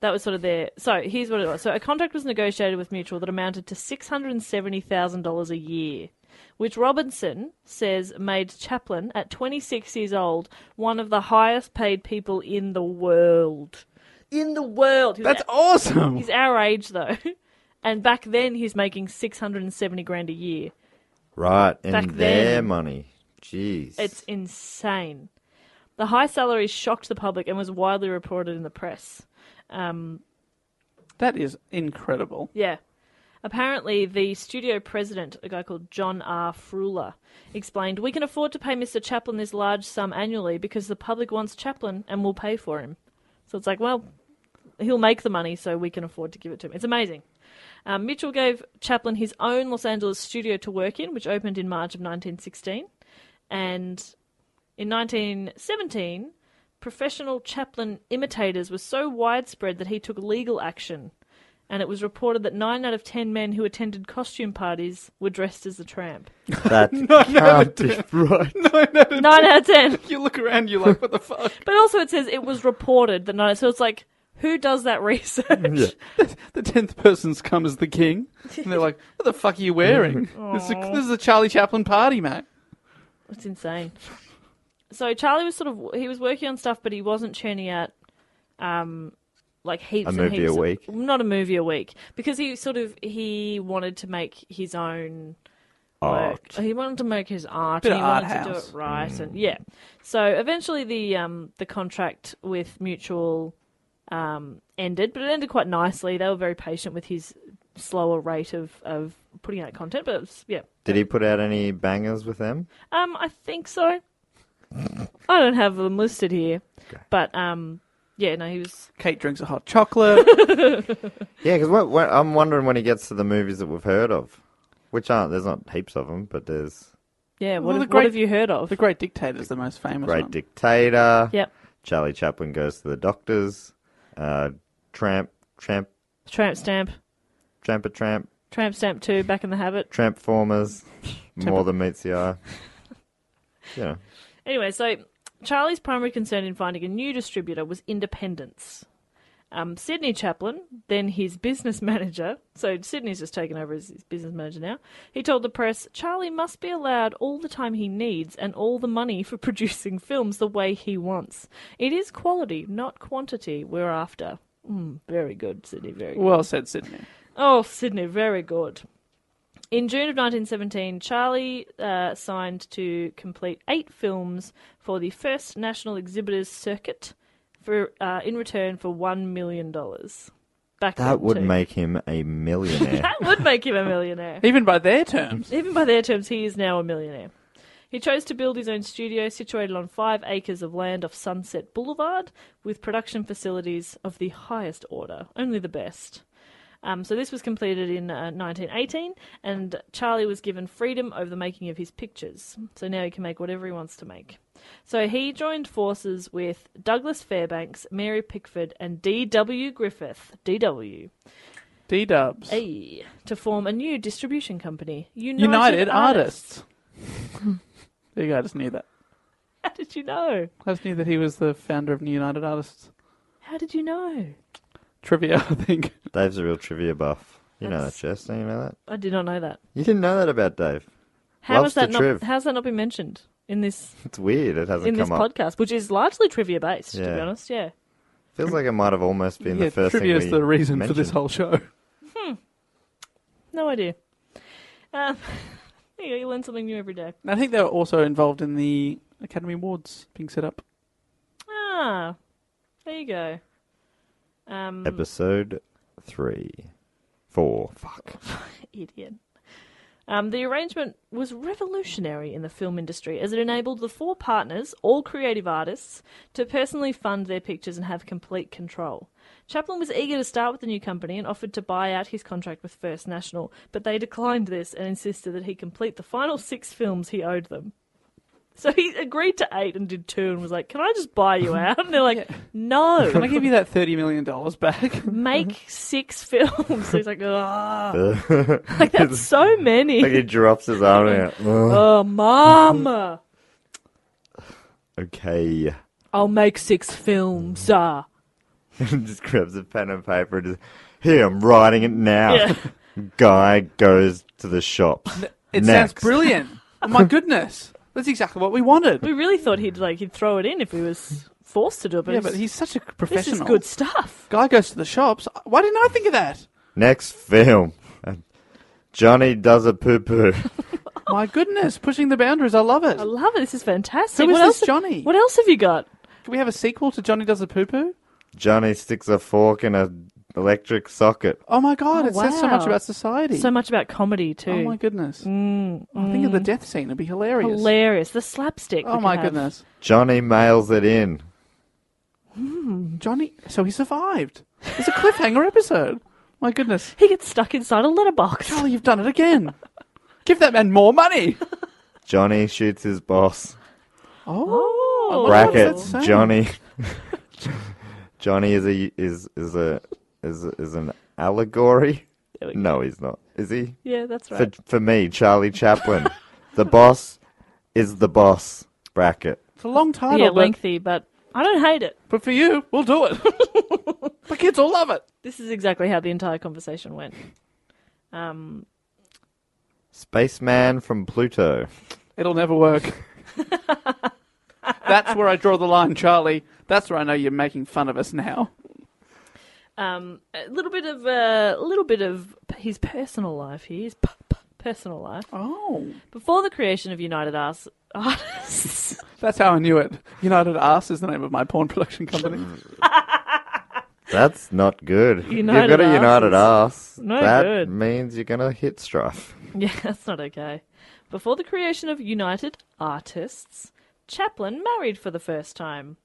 That was sort of their. So here's what it was. So a contract was negotiated with Mutual that amounted to six hundred and seventy thousand dollars a year, which Robinson says made Chaplin at twenty six years old one of the highest paid people in the world. In the world, He was
That's
a-
awesome.
He's our age though, and back then he's making six hundred and seventy grand a year.
Right, and
Back
their
then.
money. Jeez.
It's insane. The high salaries shocked the public and was widely reported in the press. Um,
<laughs> That is <laughs> incredible.
Yeah. Apparently, the studio president, a guy called John R. Fruler, explained, We can afford to pay Mr. Chaplin this large sum annually because the public wants Chaplin and will pay for him. So it's like, well, he'll make the money, so we can afford to give it to him. It's amazing. Um, Mitchell gave Chaplin his own Los Angeles studio to work in, which opened in March of 1916. And in 1917, professional Chaplin imitators were so widespread that he took legal action and it was reported that nine out of ten men who attended costume parties were dressed as the tramp.
that can't be
<laughs>
right.
Nine out of ten.
You look around, you're like, what the fuck?
But also, it says it was reported that nine. So it's like, who does that <laughs> research?
The tenth person's come as the <laughs> king, and they're like, what the fuck are you <laughs> wearing? this, is a, this is a Charlie Chaplin party, mate.
It's insane. So Charlie was sort of he was working on stuff, but he wasn't churning out, um, like heaps
A
and
movie a
heaps of-
week?
not a movie a week because he sort of he wanted to make his own
Art. Mm.
He wanted to make his art.
Bit
and he
of art
wanted to
house.
do it right, and yeah. So eventually, the um, the contract with Mutual um, ended, but it ended quite nicely. They were very patient with his slower rate of, of putting out content, but it was, yeah.
Did he put out any bangers with them?
Um, I think so. I don't have them listed here, but um, yeah, no, he was.
Kate drinks a hot chocolate.
Yeah, because what, what, I'm wondering when he gets to the movies that we've heard of, which aren't there's not heaps of them, but there's
Yeah, what,
Well, the
have,
great-
what have you heard of?
the Great Dictator's the most famous
Great
one.
Dictator.
Yep,
Charlie Chaplin goes to the doctors. Uh, tramp, tramp,
Tramp Stamp,
tramper, tramp,
Tramp Stamp Two, Back in the Habit.
tramp
<laughs>
formers. More than meets the eye. Yeah,
Anyway, so Charlie's primary concern in finding a new distributor was independence. Um, Sydney Chaplin, then his business <laughs> manager, so Sydney's just taken over as his business manager now, he told the press Charlie must be allowed all the time he needs and all the money for <laughs> producing films the way he wants. It is quality, not quantity, we're after. Mm, very good, Sydney, very good.
Well said, Sydney.
Oh, Sydney, very good. In June of 1917, Charlie uh, signed to complete eight films for the first National Exhibitors Circuit for uh, in return for one million dollars. Back
that
then,
would
too.
make him a
<laughs>
millionaire.
that <laughs> would make him a millionaire.
Even by their terms.
Even by their terms, he is now a millionaire. He chose to build his own studio situated on five acres of land off Sunset Boulevard with production facilities of the highest order, only the best. Um, so this was completed in uh, 1918, and Charlie was given freedom over the making of his pictures. So now he can make whatever he wants to make. So he joined forces with Douglas Fairbanks, Mary Pickford, and D.W. Griffith, D.W.,
D Dubs.
eh, to form a new distribution company, United,
United
Artists.
Artists. <laughs> there you go. I just knew that.
How did you know?
I just knew that he was the founder of United Artists.
How did you know?
Trivia, I think.
Dave's a real trivia buff. You know that,
That's-
Jess. Don't you know that?
I did not know that.
You didn't know that about Dave.
How
Loves
has that
the
not?
triv.
How's that not been mentioned in this
It's weird. It hasn't
in
come
this
up.
podcast, which is largely trivia based, to be
Yeah.
honest? Yeah.
Feels like it might have almost been
yeah,
the first
trivia
thing
is
we
the reason for this
mentioned.
whole show.
No idea. Um, <laughs> there you, go, you learn something new every day.
And I think they were also involved in the Academy Awards being set up.
Ah, there you go. Um,
Episode three. Four. Fuck.
idiot. Um, the arrangement was revolutionary in the film industry as it enabled the four partners, all creative artists, to personally fund their pictures and have complete control. Chaplin was eager to start with the new company and offered to buy out his contract with First National, but they declined this and insisted that he complete the final six films he owed them. So he agreed to eight and did two and was like, Can I just buy you out? And they're like, No.
Can I give you that thirty million dollars back?
Mm-hmm.
Make six <laughs> films. He's like, ah.
<laughs>
Like, that's so many.
like he drops his
<laughs>
arm out.
Oh, mama!
Okay.
I'll make six films. Uh.
just grabs a pen and paper and just, here, I'm writing it now.
Yeah.
Guy goes to the shops.
It sounds
Next.
brilliant. Oh my goodness, that's exactly what we wanted.
We really thought he'd like he'd throw it in if he was forced to do it. But
Yeah, but he's such a
This is
professional.
good stuff.
Guy goes to the shops. Why didn't I think of that?
Next film. And Johnny does a poo poo.
My goodness, pushing the boundaries. I love it.
I love it. This is fantastic.
Who is
what
this
else?
Johnny?
What else have you got?
Can we have a sequel to Johnny Does the Poo Poo?
<laughs> Johnny sticks a fork in a electric socket.
Oh my god,
Oh,
it says so much
wow.
about society.
So much about comedy too.
Oh my goodness. I think of the death scene. It'd be hilarious.
Hilarious. The slapstick. we
Oh my
could have.
goodness.
Johnny mails it in.
Johnny, so he survived. It's a cliffhanger episode. My goodness.
He gets stuck inside a letterbox.
Charlie, you've done it again. Give that man more
<laughs>
money.
Johnny shoots his boss.
Oh.
Oh,
What does
Bracket
that say?
<laughs>
Johnny. Johnny is a is is a is is an allegory.
There we go.
No, he's not. Is he?
Yeah, that's right.
For for me, Charlie
<laughs>
Chaplin, the boss is the boss. Bracket.
It's a long title,
yeah,
but,
lengthy, but I don't hate it.
but for you, we'll do
<laughs>
it. the kids will love it.
This is exactly how the entire conversation went. Um,
Spaceman from Pluto.
It'll never
<laughs>
work. That's where I draw the line, Charlie. That's where I know you're making fun of us now.
um, a little bit of uh, a little bit of his personal life here, his p- p- personal life.
Oh.
Before the creation of United Arts Artists, <laughs>
That's how I knew it. United Arse is the name of my porn production company.
That's not good.
United
You've got a United
Arse is
Arse.
no
that
good.
means you're gonna hit strife.
yeah, that's not okay. Before the creation of United Artists, Chaplin married for the first time.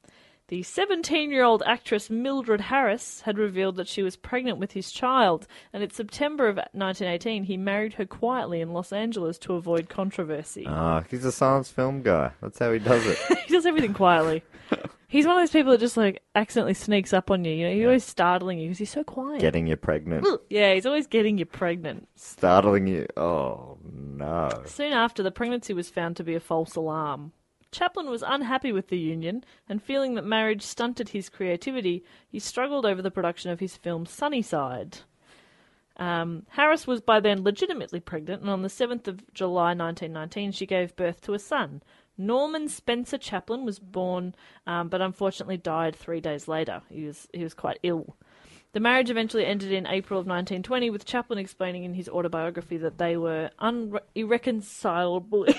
The 17 year old actress Mildred Harris had revealed that she was pregnant with his child, and in September of 1918, he married her quietly in Los Angeles to avoid controversy.
Ah, he's a science film guy. That's how he does it.
he does everything <laughs> quietly. He's one of those people that just like accidentally sneaks up on you. You know, he's always startling you because he's so quiet.
Getting you pregnant,
Yeah, he's always getting you pregnant.
startling you. Oh no.
Soon after, the pregnancy was found to be a false alarm. Chaplin was unhappy with the union, and feeling that marriage stunted his creativity, he struggled over the production of his film Sunnyside. Um, Harris was by then legitimately pregnant, and on the 7th of July 1919, she gave birth to a son. Norman Spencer Chaplin was born, um, but unfortunately died three days later. He was, he was quite ill. The marriage eventually ended in April of 1920, with Chaplin explaining in his autobiography that they were unre- irreconcilably.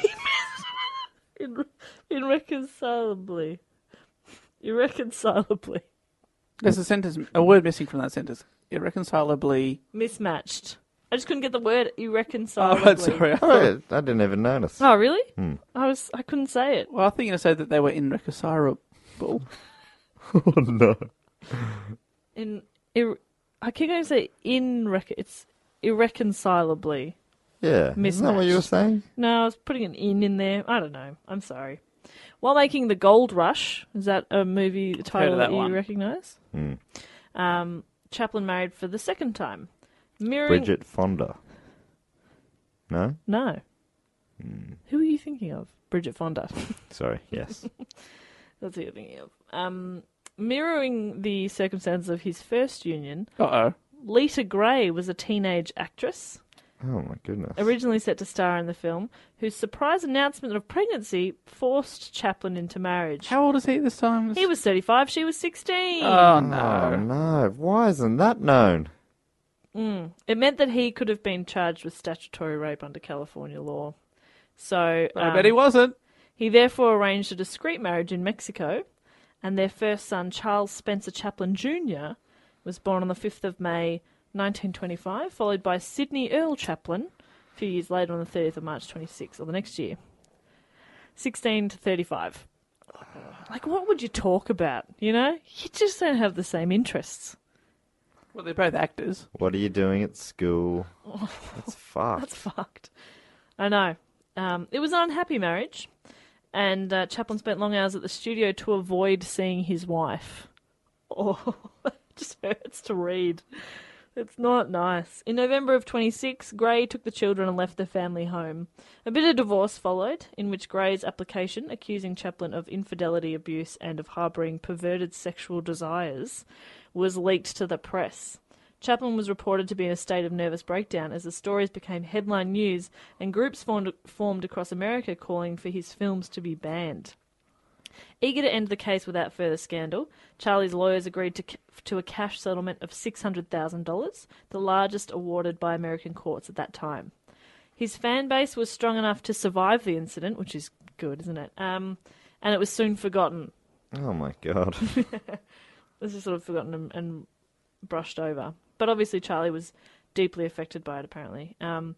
irre- irreconcilably. Irreconcilably.
There's a sentence, a word missing from that sentence. Irreconcilably.
Mismatched. I just couldn't get the word
Oh,
irreconcilably.
right, sorry.
<laughs>
Oh, I didn't even notice.
Oh, really? I was I couldn't say it.
Well, I think you said that they were irreconcilable.
no.
In ir- I keep going to say in rec- it's irreconcilably.
Yeah. Isn't that what you were
Mismatched.
saying?
No, I was putting an in in there. I don't know. I'm sorry. While making The Gold Rush, is that a movie title
of
that,
that
you
one.
recognise? Um, Chaplin married for the second time. Mirroring.
Bridget Fonda. No?
No.
Hmm.
Who are you thinking of? Bridget Fonda. <laughs>
Sorry, yes.
That's who you're thinking of. Um, mirroring the circumstances of his first union,
Uh oh.
Lita Gray was a teenage actress,
oh my goodness.
originally set to star in the film, whose surprise announcement of pregnancy forced Chaplin into marriage.
How old is he this time?
He was 35, she was 16.
Oh no.
Oh no, why isn't that known?
it meant that he could have been charged with statutory rape under California law. So
I
um,
bet he wasn't.
he therefore arranged a discreet marriage in Mexico, and their first son, Charles Spencer Chaplin Jr., was born on the 5th of May 1925, followed by Sidney Earl Chaplin a few years later on the 30th of March 26, or the next year. 16 to 35. Like, what would you talk about? You know? You just don't have the same interests.
Well, they're both actors.
What are you doing at
<laughs>
school?
Oh,
That's fucked.
That's <laughs> fucked. I know. Um, it was an unhappy marriage, and uh, Chaplin spent long hours at the studio to avoid seeing his wife. <laughs> Oh, it just hurts to read. It's not nice. In November of 26, Gray took the children and left the family home. A bitter divorce followed, in which Gray's application, accusing Chaplin of infidelity, abuse, and of harbouring perverted sexual desires, was leaked to the press. Chaplin was reported to be in a state of nervous breakdown as the stories became headline news and groups formed, formed across America calling for his films to be banned. Eager to end the case without further scandal, Charlie's lawyers agreed to, c- to a cash settlement of $600,000, the largest awarded by American courts at that time. His fan base was strong enough to survive the incident, which is good, isn't it? Um, and it was soon forgotten.
Oh my god.
<laughs> This is sort of forgotten and, and brushed over. But obviously, Charlie was deeply affected by it, apparently. Um,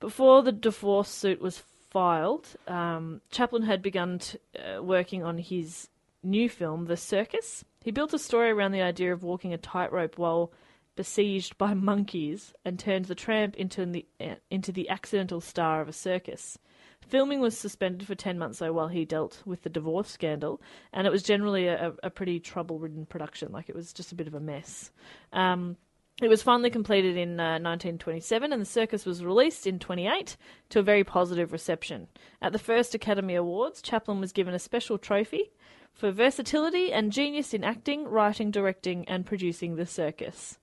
before the divorce suit was filed, um, Chaplin had begun t- uh, working on his new film, The Circus. He built a story around the idea of walking a tightrope while besieged by <laughs> monkeys and turned the tramp into the, uh, into the accidental star of a circus. Filming was suspended for 10 months, though, while he dealt with the divorce scandal, and it was generally a, a pretty trouble ridden production. Like, it was just a bit of a mess. Um, it was finally completed in uh, 1927, and the circus was released in 28 to a very positive reception. At the first Academy Awards, Chaplin was given a special trophy for versatility and genius in acting, writing, directing, and producing the circus.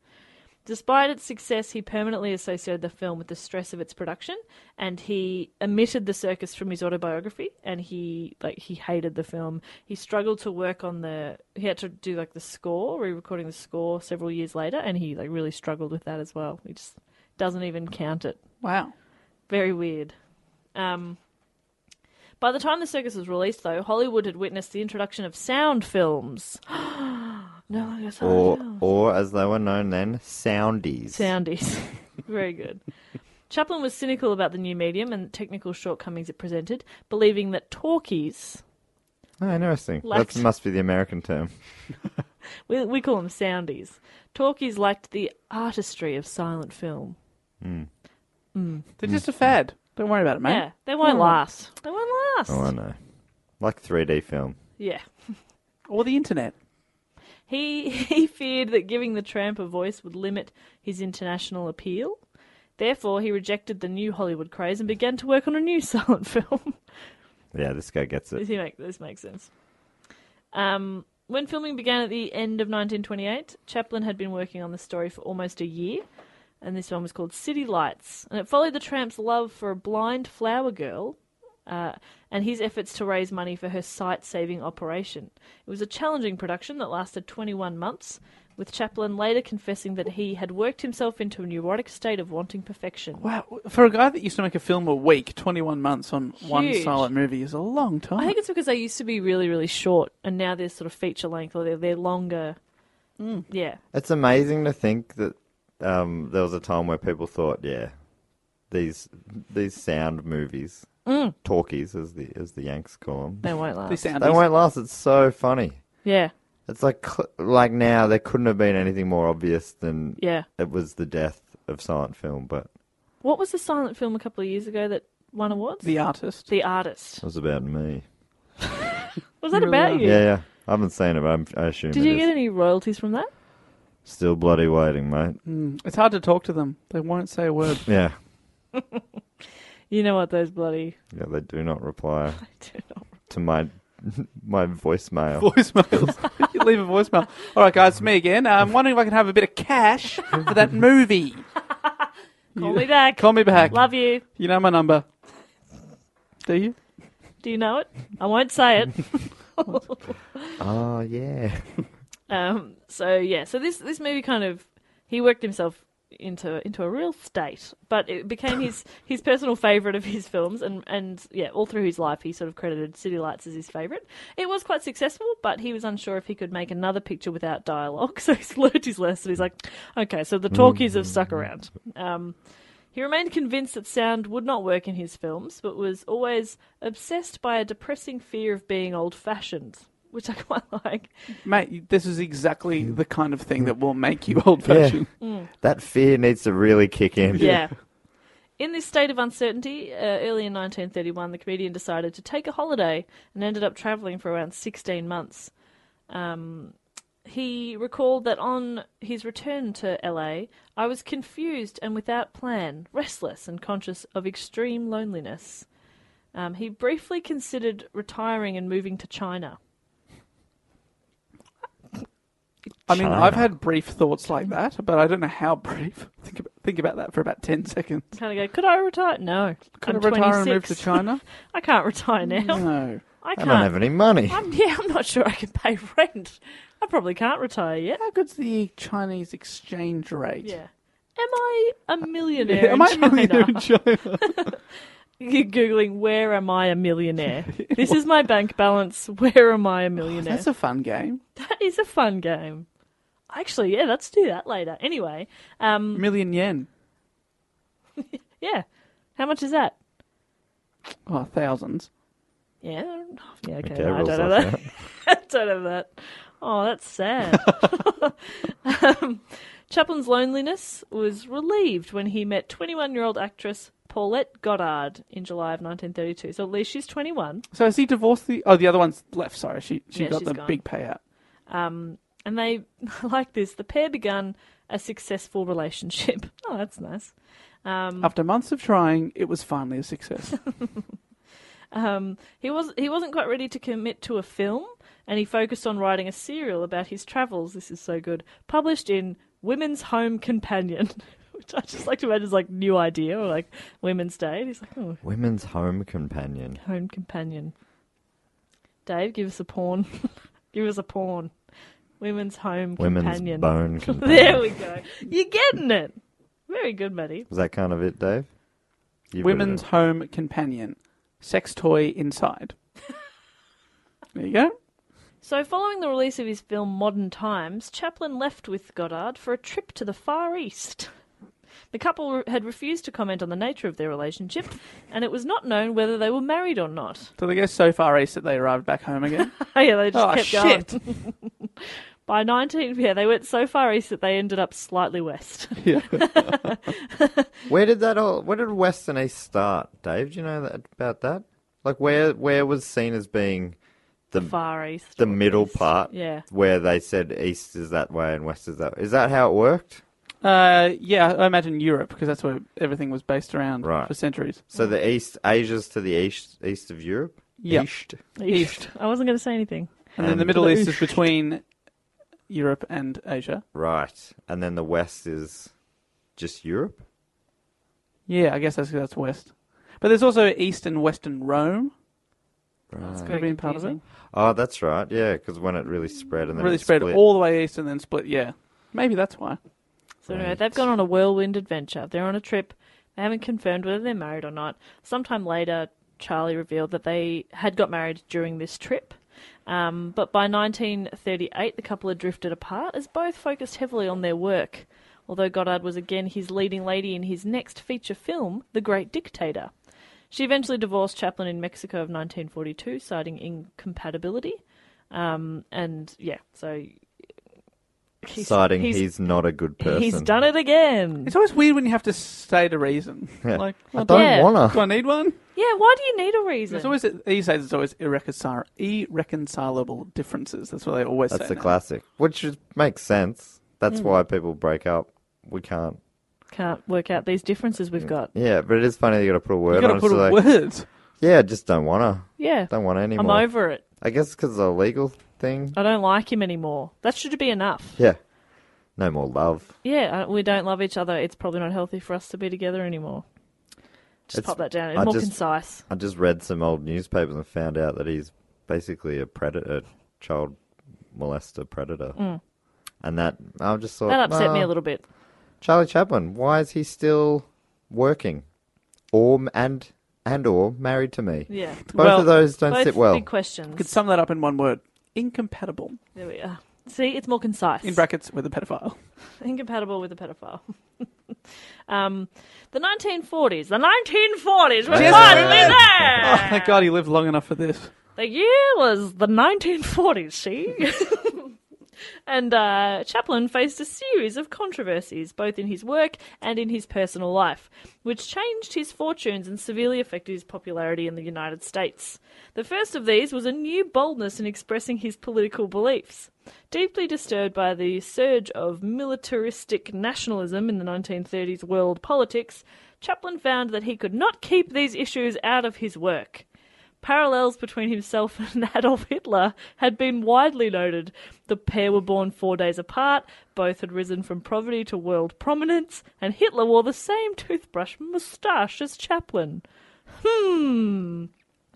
Despite its success, he permanently associated the film with the stress of its production, and he omitted the circus from his autobiography. And he like he hated the film. He struggled to work on the. He had to do like the score, re-recording the score several years later, and he like really struggled with that as well. He just doesn't even count it.
Wow.
Very weird. Um, by the time the circus was released, though, Hollywood had witnessed the introduction of sound films. <gasps> no longer sound
Or or as they were known then, soundies.
Soundies. <laughs> Very good. Chaplin was cynical about the new medium and technical shortcomings it presented, believing that talkies,
Oh, interesting.
Lacked-
That must be the American term.
we, we call them soundies, talkies lacked the artistry of silent film.
Mm.
Mm.
They're just a fad. Don't worry about it, mate.
Yeah, they won't
Mm.
last. They won't last.
Hmm? Oh, I know. Like 3D film.
Yeah.
Or the internet.
He <laughs> he feared that giving the tramp a voice would limit his international appeal. Therefore, he rejected the new Hollywood craze and began to work on a new <laughs> silent film.
Yeah, this guy gets
Does
it.
he make this makes sense? Um, when filming began at the end of 1928, Chaplin had been working on the story for almost a year, and this one was called City Lights, and it followed the tramp's love for a blind flower girl. Uh, and his efforts to raise money for her sight saving operation. It was a challenging production that lasted 21 months, with Chaplin later confessing that he had worked himself into a neurotic state of wanting perfection.
Wow. For a guy that used to make a film a week, 21 months on one
Huge.
silent movie is a long time.
I think it's because they used to be really, really short, and now they're sort of feature length, or they're they're longer. Yeah,
It's amazing to think that um, there was a time where people thought, yeah, these these sound movies,
Mm.
talkies as the as the Yanks call them,
They won't last. They sound
They
easy.
won't last. It's so funny.
yeah,
It's like cl- like now there couldn't have been anything more obvious than
Yeah.
it was the death of silent film, but
What was the silent film a couple of years ago that won awards?
The Artist.
The Artist.
it was about me.
<laughs> Was that about you?
Yeah, yeah. I haven't seen it, but I'm, I assume
Did
it
you
is.
get any royalties from that?
Still bloody waiting, mate.
Mm. It's hard to talk to them. They won't say a word.
Yeah,
You know what those bloody
yeah. They do not
<laughs>
reply
do not
to my <laughs> my voicemail.
voicemails. <laughs> you leave a voicemail. All right, guys, it's me again. Uh, I'm wondering if I can have a bit of cash for that movie.
call me back.
Call me back.
Love you.
You know my number. Do you?
Do you know it? I won't say it.
<laughs> oh yeah.
Um, so yeah, so this this movie kind of he worked himself into into a real state. But it became his
<laughs>
his personal favorite of his films, and and yeah, all through his life, he sort of credited City Lights as his favorite. It was quite successful, but he was unsure if he could make another picture without dialogue, <laughs> so he's learned his lesson. He's like, okay, so the talkies have
Mm.
stuck around. Um, he remained convinced that sound would not work in his films, but was always obsessed by a depressing fear of being old fashioned, which I quite <laughs> like.
Mate, this is exactly the kind of thing that will make you old fashioned.
Mm.
That fear needs to really kick in.
Yeah. In this state of uncertainty, uh, early in 1931, the comedian decided to take a holiday and ended up travelling for around 16 months. Um, he recalled that on his return to LA, I was confused and without plan, restless and conscious of extreme loneliness. Um, he briefly considered retiring and moving to China.
I mean, I've had brief thoughts like that, but I don't know how brief. <laughs> Think about, think about that for about 10 seconds.
Kind of go, could I retire? No.
Could
I'm
I retire and move to
26.
China? Mm.
<laughs> I can't retire now.
No.
I
I
can't.
don't have any money.
I'm, yeah, <laughs> I'm not sure I can pay rent. I probably can't retire yet.
How good's the Chinese exchange rate?
Yeah. Am I a millionaire
Yeah, <laughs> am
in
I a
China?
millionaire in China?
<laughs> You're Googling, where am I
<laughs>
a millionaire? this is my bank balance. Where am I a millionaire?
Oh, That's a fun game.
That is a fun game. Actually, yeah, let's do that later. Anyway, um,
Million yen.
yeah. How much is that?
Oh, thousands.
Yeah. I don't know. Yeah, okay.
Okay,
no, I
rules
don't know
off
that. I <laughs> don't have that. Oh, that's sad. um, Chaplin's loneliness was relieved when he met 21 year old actress Paulette Goddard in July of 1932. So at least she's 21.
So has he divorced the? Oh, the other one's left. Sorry, she she
Yeah,
got
she's
the
gone.
big payout.
Um, and they, <laughs> I like this, the pair began a successful relationship. <laughs> Oh, that's nice. Um,
After months of trying, it was finally a
<laughs>
success.
Um, he was he wasn't quite ready to commit to a film, and he focused on writing a serial about his travels. This is so good. Published in Women's Home Companion, <laughs> which I just like to imagine is like new idea or like Women's Day. And he's like, oh,
Women's home companion.
Home Companion. Dave, give us a porn. <laughs> give us a porn. Women's Home
Women's
Companion.
bone companion.
<laughs> there we go. You're getting it. Very good, Maddie.
Was that kind of it, Dave? You put it
Women's
in.
home companion, sex toy
<laughs>
inside. there you go.
So, following the release of his film Modern Times, Chaplin left with Goddard for a trip to the Far East. The couple re- had refused to comment on the nature of their relationship, and it was not known whether they were married or not. <laughs>
So they go so far east that they arrived back home again.
Oh, yeah, they <laughs> just
oh
kept
shit!
going. By 19, yeah, they went so far east that they ended up slightly west. <laughs>
Where did that all? Where did West and East start, Dave? Do you know that, about that? Like where where was seen as being the
Far east.
the middle part?
<laughs> Yeah.
Where they said East is that way and West is that. Is that how it worked?
Uh, yeah, I imagine Europe because that's where everything was based around
Right.
for centuries.
So the East Asia's to the east east of Europe.
Yep.
East.
East. I wasn't going to say anything.
And then the
Um,
Middle
the
East is
East.
between Europe and Asia.
Right. And then the West is just Europe.
Yeah, I guess that's that's west. But there's also East and Western Rome.
That's
Could have been part of it.
Oh, that's right. Yeah, because when it really spread and then
Really
it
spread
split.
all the way east and then split. Yeah, maybe that's why.
So anyway,
Right.
they've gone on a whirlwind adventure. They're on a trip. They haven't confirmed whether they're married or not. Sometime later, Charlie revealed that they had got married during this trip. Um, but by 1938, the couple had drifted apart as both focused heavily on their work. Although Goddard was again his leading lady in his next feature film, The Great Dictator. She eventually divorced Chaplin in Mexico of 1942, citing incompatibility. Um, and yeah, so. he's-
Citing
he's-
he's, not a good person.
He's done it again.
It's always weird when you have to state a reason.
<laughs> Yeah.
Like,
I
well,
don't
Yeah.
wanna.
do I need one?
Yeah, why do you need a reason?
It's always these days. It's always irreconcil- irreconcilable differences. That's what they always
That's
say.
the
now.
classic, which is, makes sense. That's why people break up. We can't.
Can't work out these differences we've got.
Yeah, but it is funny you got to put a word
You gotta
on it.
put
so
a
like,
word.
Yeah, I just don't wanna.
Yeah,
Don't want any
I'm
more.
over it.
I guess because it's a legal thing.
I don't like him anymore. That should be enough.
Yeah, no more love.
Yeah, I- we don't love each other. It's probably not healthy for us to be together anymore. Just
It's-
pop that down. It's
I
more
just-
concise.
I just read some old newspapers and found out that he's basically a predator, child molester predator, and that I just thought
Mm. That upset me
well,
a little bit.
Charlie Chaplin, why is he still working, or and and or married to me?
Yeah.
both of those don't
both
sit well.
Big questions.
Could sum that up in one word: incompatible.
There we are. See, it's more concise.
In brackets with a pedophile.
Incompatible with a pedophile. <laughs> um, the 1940s. The 1940s. We're
Yes,
finally
man.
there.
Oh, thank God he lived long enough for this.
The year was the 1940s, see? <laughs> and uh, Chaplin faced a series of controversies, both in his work and in his personal life, which changed his fortunes and severely affected his popularity in the United States. The first of these was a new boldness in expressing his political beliefs. Deeply disturbed by the surge of militaristic nationalism in the 1930s world politics, Chaplin found that he could not keep these issues out of his work. Parallels between himself <laughs> and Adolf Hitler had been widely noted. The pair were born four days apart, both had risen from poverty to world prominence, and Hitler wore the same toothbrush moustache as Chaplin. Hmm.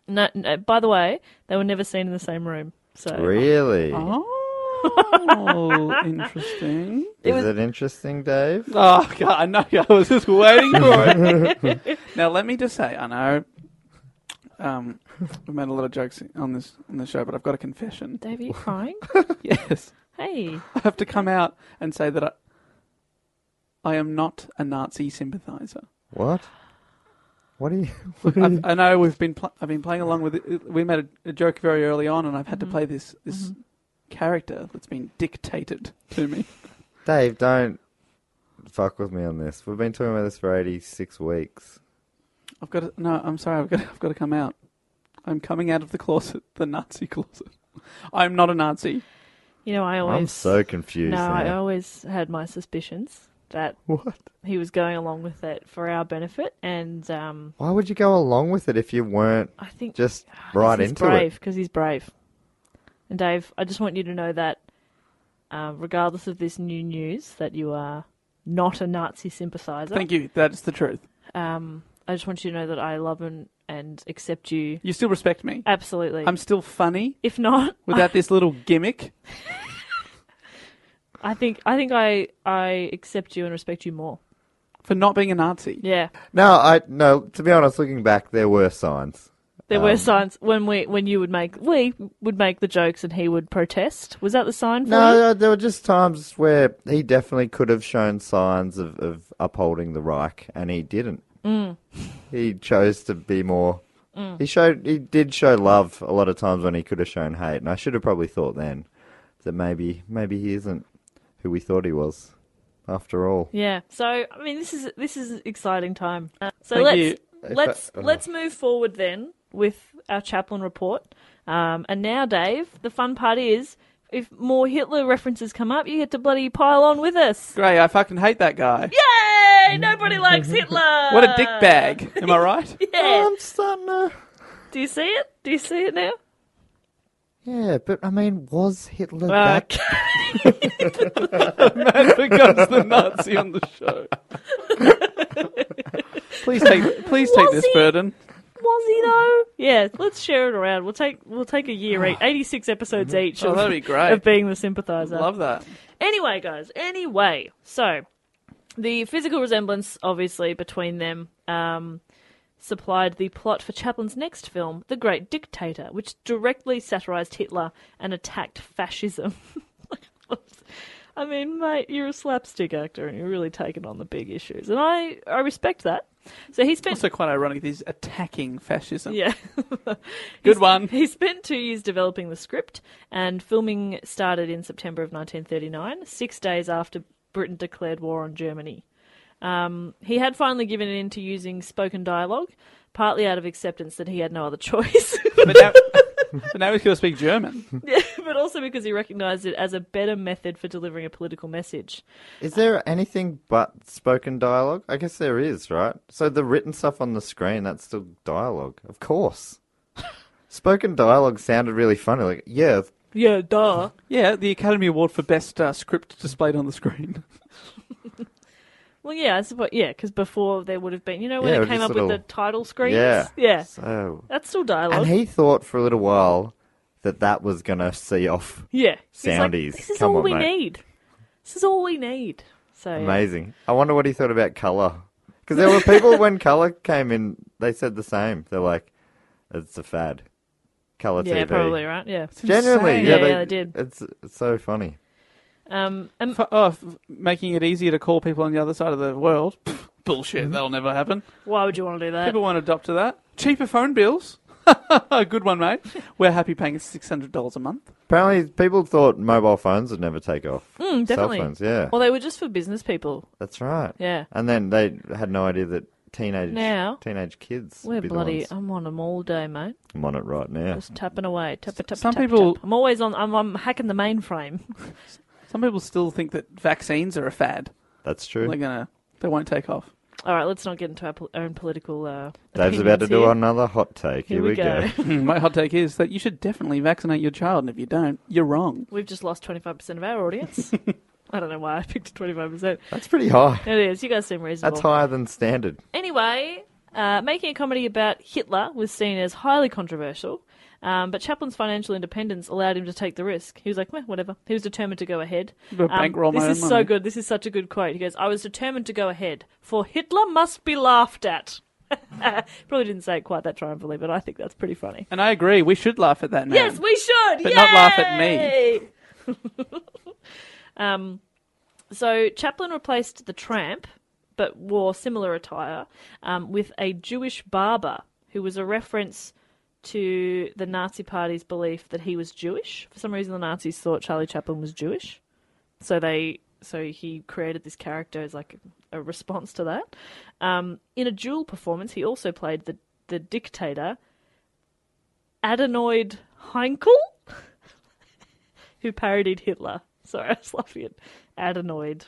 No, no, by the way, they were never seen in the same room. So
Really?
Oh, interesting.
Is it interesting, Dave?
Oh God, I know. I was just waiting for it. now let me just say, I know. Um, we made a lot of jokes on this on the show, but I've got a
<laughs>
confession.
Dave, are you crying?
Yes,
hey.
I have to come out and say that I, I am not a Nazi sympathiser.
What? What are you? <laughs>
<laughs>
I've, I know we've been pl- I've been playing along with it. We made a, a joke very early on, and I've had to play this this character that's been dictated to me.
Dave, don't fuck with me on this. We've been talking about this for eighty-six weeks.
I've got to, no. I'm sorry. I've got. <laughs> I've got to come out. I'm coming out of the closet, <laughs> the Nazi closet. I'm not a Nazi.
You know, I always.
I'm so confused.
No, I
now.
always had my suspicions that
<laughs> What?
he was going along with it for our benefit, and um,
Why would you go along with it if you weren't?
I think
just right
he's
into
brave,
it.
Because he's brave. And Dave, I just want you to know that, uh, regardless of this new news, that you are not a Nazi sympathizer.
Thank you. That's the truth.
Um, I just want you to know that I love and, and accept you.
You still respect me.
Absolutely.
I'm still funny
if not,
without this little gimmick.
<laughs> I think I think I I accept you and respect you more.
For not being a Nazi.
Yeah,
No, I no. To be honest, looking back, there were signs.
there were
Um,
signs when we when you would make we would make the jokes and he would protest. Was that the sign for
No, uh,
you?
no, there were just times where he definitely could have shown signs of, of upholding the Reich, and he didn't.
Mm.
He chose to be more.
Mm.
He showed. He did show love a lot of times when he could have shown hate, and I should have probably thought then that maybe maybe he isn't who we thought he was, after all.
Yeah. So I mean, this is this is an exciting time. Uh, so
Thank
let's
you.
let's
If I- oh.
let's move forward then with our chaplain report. Um, and now, Dave, the fun part is if more Hitler references come up, you get to bloody pile on with us.
Great. I fucking hate that guy.
Yay! Nobody likes Hitler.
What a dick bag. Am I right?
<laughs> Yeah.
Oh, I'm starting to.
Do you see it? Do you see it now?
Yeah, but I mean, was Hitler
Uh,
that?
Man becomes the Nazi on the
<laughs>
show. please take please take
Was
this
he?
burden.
Was he though? Yeah, let's share it around. We'll take we'll take
<sighs>
a year each, eighty six episodes each.
Oh,
of,
that'd be great.
Of being the sympathizer.
Love
<laughs>
that.
Anyway, guys. Anyway, so the physical resemblance, obviously, between them um, supplied the plot for Chaplin's next film, *The Great Dictator*, which directly satirized Hitler and attacked fascism. <laughs> I mean, mate, you're a slapstick actor, and you're really taking on the big issues, and I I respect that. So he spent
Also quite ironic. He's attacking fascism.
yeah. <laughs>
Good one.
He spent two years developing the script, and filming started in September of 1939, six days after Britain declared war on Germany. Um, he had finally given in to using spoken dialogue, partly out of acceptance that he had no other <laughs> choice,
But now, <laughs> but now he's going to speak German.
but also because he recognised it as a better method for delivering a political message.
Is there anything but spoken dialogue? I guess there is, right? So the written stuff on the screen, that's still dialogue. Of course. <laughs> spoken dialogue sounded really funny. Like, yeah,
Yeah, duh.
Yeah, the Academy Award for Best uh, Script Displayed on the Screen. <laughs>
Well, yeah, I suppose, yeah, because before there would have been, you know, when
Yeah,
it came
just
up
little-
with the title screens?
yeah.
Yeah.
So.
That's still dialogue.
And he thought for a little while that that was going to see off
Yeah. He's like,
soundies.
this is
Come
all
on,
we
mate.
need. This is all we need. So Oh, yeah.
Amazing. I wonder what he thought about color. Because there were people
<laughs>
when color came in, they said the same. They're like, "It's a fad." Color TV.
Yeah, probably right. Yeah,
Genuinely, yeah,
yeah,
they,
they did.
It's, it's so funny.
Um, and
F- oh, f- making it easier to call people on the other side of the world. <laughs> Pff, bullshit. That'll never happen.
why would you want to do that?
People won't adopt to that. Cheaper phone bills. <laughs> Good one, <laughs> mate. We're happy paying six hundred dollars a month.
Apparently, people thought mobile phones would never take off.
Mm, definitely.
Cell phones, yeah.
Well, they were just for business people.
That's right.
Yeah.
And then they had no idea that teenage
Now-
teenage kids
We're
would be the
bloody.
ones.
I'm on them all day, mate.
I'm on it right now.
Just tapping away. Tap, tap, tap,
Some
tap,
people-
tap. I'm always on. I'm, I'm hacking the mainframe. <laughs>
Some people still think that vaccines are a fad.
That's true.
They're gonna. They won't take off. <laughs>
all right, let's not get into our pol- own political. Uh,
Dave's about to
opinions
do
here.
another hot take. Here, we go.
My hot take is that you should definitely vaccinate your child, and if you don't, you're wrong.
<laughs> We've just lost 25% of our
<laughs>
audience. I don't know why I picked 25%.
That's pretty high.
It is. You guys seem reasonable.
That's higher than standard.
Anyway, uh, making a comedy about Hitler was seen as highly controversial, um, but Chaplin's financial independence allowed him to take the risk. He was like, Meh, whatever. He was determined to go ahead. Um,
But bankroll my
this
own
is so
money.
good. This is such a good quote. He goes, I was determined to go ahead, for Hitler must be laughed at. <laughs> Probably didn't say it quite that triumphantly, but I think that's pretty funny.
And I agree. We should laugh at that now.
Yes, we should.
But not laugh at me.
Yay! <laughs> um, so Chaplin replaced the tramp, but wore similar attire, um, with a Jewish barber who was a reference to the Nazi Party's belief that he was Jewish. For some reason, the Nazis thought Charlie Chaplin was Jewish, so they so he created this character as like a response to that. Um, in a dual performance, he also played the the dictator Adenoid Heinkel, who parodied Hitler. Sorry, <laughs> I was laughing at Adenoid.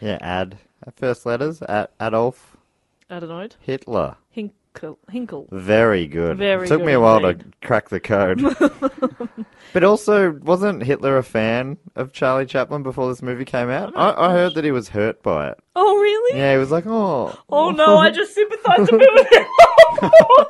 Yeah, ad. First letters, A- Adolf
Adenoid
Hitler.
Hinkel. Hinkel.
Very good.
Very
it took
good
me a while
indeed.
to crack the code.
<laughs>
but also, wasn't Hitler a fan of Charlie Chaplin before this movie came out? I, I heard that he was hurt by it.
Oh really?
Yeah, he was like, oh,
Oh
<laughs>
no, I just sympathised a bit with him. <laughs> oh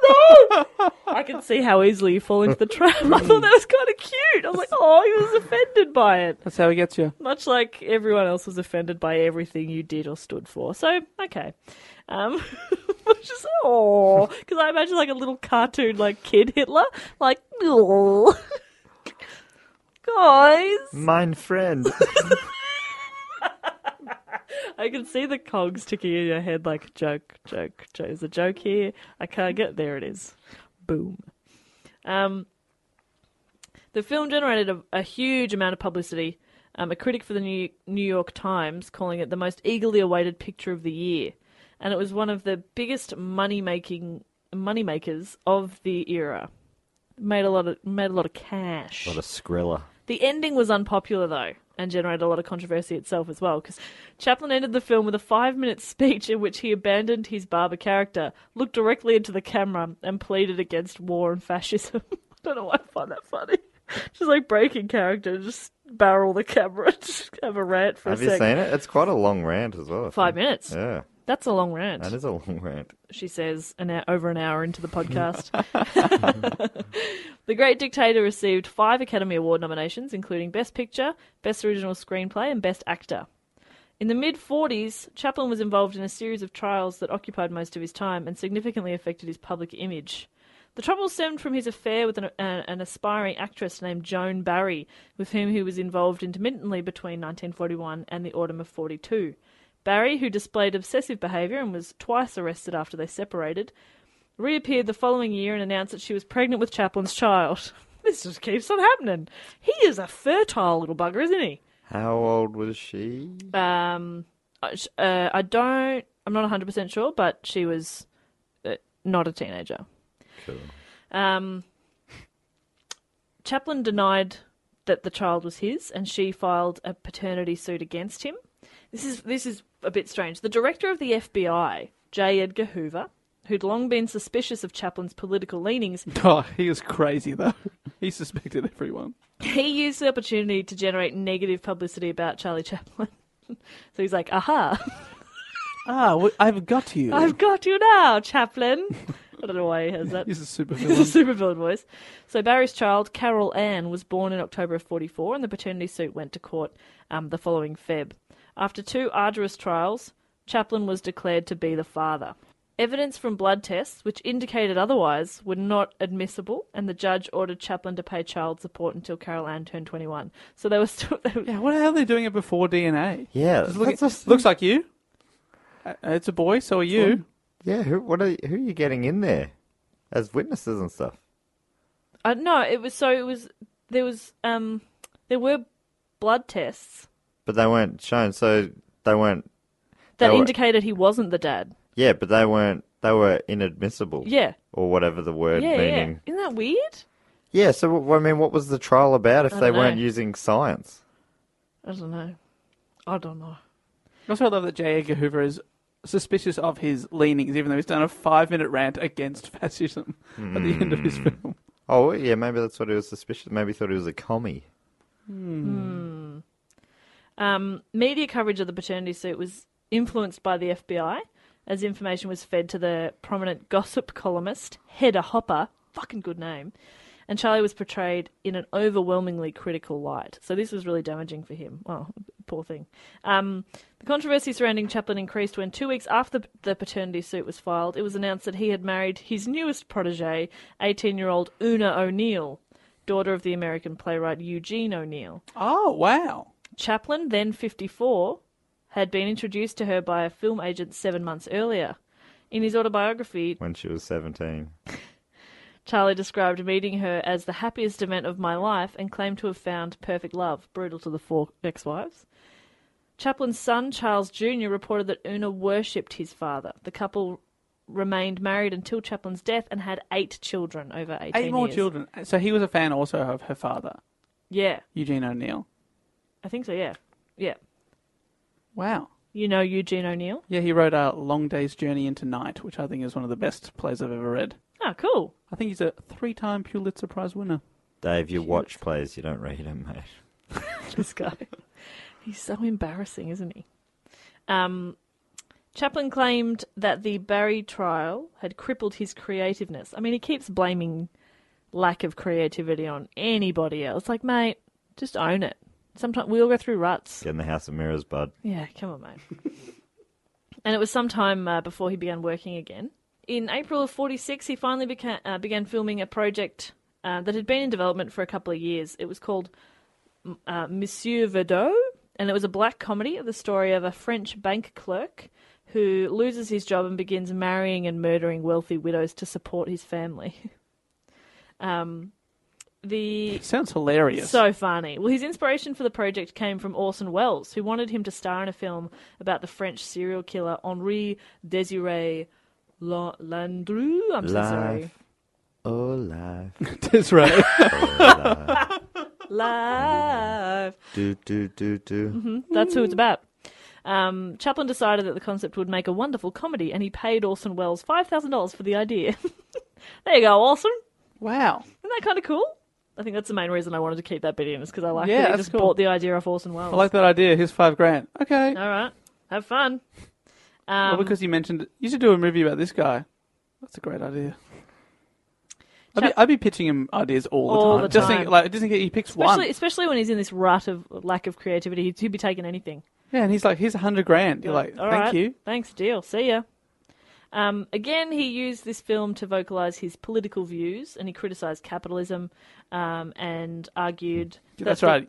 no! I can see how easily you fall into the trap. I thought that was kind of cute. I was like, oh, he was offended by it.
That's how he gets you.
Much like everyone else was offended by everything you did or stood for. So, okay. Um, <laughs> which is, oh, because I imagine like a little cartoon, like kid Hitler, like, <laughs> oh, guys.
mine friend.
<laughs> I can see the cogs ticking in your head, like, joke, joke, joke. There's a joke here. I can't get there. It is. Boom. Um, the film generated a, a huge amount of publicity. Um, a critic for the New, New York Times calling it the most eagerly awaited picture of the year, and it was one of the biggest money making money makers of the era. Made a lot of made a lot of cash.
what a skriller.
The ending was unpopular though, and generated a lot of controversy itself as well, because Chaplin ended the film with a five-minute speech in which he abandoned his barber character, looked directly into the camera, and pleaded against war and fascism. <laughs> I don't know why I find that funny. Just like breaking character, just barrel the camera, <laughs> just have a rant for
Have
a
you
sec.
seen it? It's quite a long rant as well. I
Five
think.
minutes.
Yeah,
That's a long rant
that is a long rant.
she says an hour, over an hour into the podcast. <laughs> the Great Dictator received five Academy Award nominations, including Best Picture, Best Original Screenplay, and Best Actor. In the mid 40s, Chaplin was involved in a series of trials that occupied most of his time and significantly affected his public image. The trouble stemmed from his affair with an, an, an aspiring actress named Joan Barry, with whom he was involved intermittently between 1941 and the autumn of 42. Barry, who displayed obsessive behaviour and was twice arrested after they separated, reappeared the following year and announced that she was pregnant with Chaplin's child. <laughs> This just keeps on happening. He is a fertile little bugger, isn't he?
How old was she?
Um, I- sh- uh, I don't. I'm not 100 percent sure, but she was uh, not a teenager. Cool. Um, Chaplin denied that the child was his, and she filed a paternity suit against him. This is this is a bit strange. The director of the FBI, J. Edgar Hoover, who'd long been suspicious of Chaplin's political leanings,
<laughs> Oh, <laughs> he is crazy though. <laughs> He suspected everyone.
he used the opportunity to generate negative publicity about Charlie Chaplin. <laughs> so he's like, "Aha."
Ah, well, I've got you. <laughs>
I've got you now, Chaplin. I don't know why he has that. <laughs>
He's a super
He's a
villain.
super villain voice. So Barry's child, Carol Ann, was born in October of 44, and the paternity suit went to court um, the following Feb. After two arduous trials, Chaplin was declared to be the father. Evidence from blood tests, which indicated otherwise, were not admissible, and the judge ordered Chaplin to pay child support until Carol Ann turned 21. So they were still. <laughs> They were,
yeah, what the hell are they doing it before DNA?
Yeah,
Just look
that's
at- looks like you. Uh, It's a boy, so are you.
Yeah, who what are who are you getting in there as witnesses and stuff?
Uh, no, it was so it was there was um there were blood tests
But they weren't shown, so they weren't.
that
they were-
indicated he wasn't the dad.
yeah, but they weren't. They were inadmissible.
Yeah.
or whatever the word
yeah,
meaning.
yeah. Isn't that weird?
Yeah. so what- I mean, what was the trial about if
I
they
don't
weren't
know.
using science?
I don't know. I don't know.
Also, I love that J. Edgar Hoover is suspicious of his leanings, even though he's done a five-minute rant against <laughs> fascism at the end of his
Hmm.
film.
Oh, yeah, maybe that's what he was suspicious. Maybe he thought he was a commie.
Hmm. Um, media coverage of the paternity suit was influenced by the FBI, as information was fed to the prominent gossip columnist Hedda Hopper, fucking good name, and Charlie was portrayed in an overwhelmingly critical light. So this was really damaging for him. Well, poor thing. Um, the controversy surrounding Chaplin increased when two weeks after the paternity suit was filed, it was announced that he had married his newest protege, 18-year-old Una O'Neill, daughter of the American playwright Eugene O'Neill.
Oh, wow.
Chaplin, then 54, had been introduced to her by a film agent seven months earlier. In his autobiography,
When she was seventeen.
Charlie described meeting her as the happiest event of my life and claimed to have found perfect love, brutal to the four ex wives. Chaplin's son, Charles Jr., reported that Una worshipped his father. The couple remained married until Chaplin's death and had eight children over 18
Eight more
years.
children. So he was a fan also of her father,
Yeah,
Eugene O'Neill.
I think so, yeah. Yeah.
Wow.
You know Eugene O'Neill?
Yeah, he wrote uh, Long Day's Journey into Night, which I think is one of the best plays I've ever read.
Oh, cool.
I think he's a three-time Pulitzer Prize winner.
Dave, you watch plays, you don't read them, mate.
<laughs> this guy. He's so embarrassing, isn't he? Um, Chaplin claimed that the Barry trial had crippled his creativeness. I mean, he keeps blaming lack of creativity on anybody else. Like, mate, just own it. Sometimes we all go through ruts.
Get in the House of Mirrors, bud.
Yeah, come on, mate. <laughs> and it was some time uh, before he began working again. In April of 46, he finally beca- uh, began filming a project uh, that had been in development for a couple of years. It was called m- uh, Monsieur Verdot, and it was a black comedy of the story of a French bank clerk who loses his job and begins marrying and murdering wealthy widows to support his family. <laughs> um, the
Sounds hilarious.
so funny. Well, his inspiration for the project came from Orson Welles, who wanted him to star in a film about the French serial killer Henri Désiré La- Landru. I'm so sorry.
Life. Oh,
<laughs>
life.
That's
<laughs>
right.
oh, life.
Life.
Do, do, do, do.
hmm That's who it's about. Um, Chaplin decided that the concept would make a wonderful comedy, and he paid Orson Welles five thousand dollars for the idea. <laughs> there you go, Orson.
Wow.
Isn't that kind of cool? I think that's the main reason I wanted to keep that bit in, is because I like
Yeah,
that he
that's
just
cool.
bought the idea off Orson Welles.
I like that idea. Here's five grand. Okay.
All right, have fun. Um,
well, because you mentioned you should do a movie about this guy. That's a great idea. I'd be,
Chap-
I'd be pitching him ideas all the
All
time.
the
Just
time.
think, like, just think he picks
Especially,
one.
especially when he's in this rut of lack of creativity, he'd, he'd be taking anything.
Yeah, and he's like, here's a hundred grand. You're like,
All
thank
right,
you.
thanks, deal, see ya. Um, again, he used this film to vocalize his political views, and he criticized capitalism, um, and argued. that
That's
the-
right.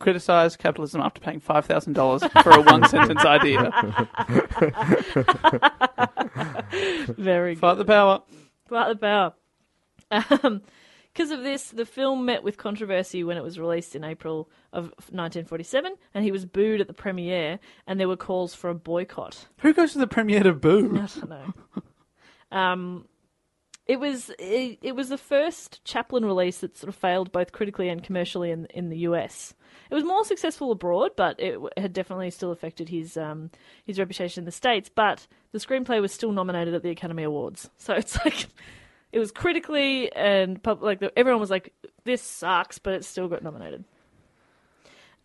Criticize capitalism after paying five thousand dollars
<laughs>
for a one sentence idea.
Very
Fight the power.
Right the power. Um, because of this, the film met with controversy when it was released in April of 1947, and he was booed at the premiere, and there were calls for a boycott.
Who goes to the premiere to
<laughs>
boo?
I don't know. Um, it was it, it was the first Chaplin release that sort of failed both critically and commercially in in the US. It was more successful abroad, but it w- had definitely still affected his um his reputation in the states. But the screenplay was still nominated at the Academy Awards, so <laughs> it's like it was critically and pub- like the- everyone was like, "This sucks," but it still got nominated.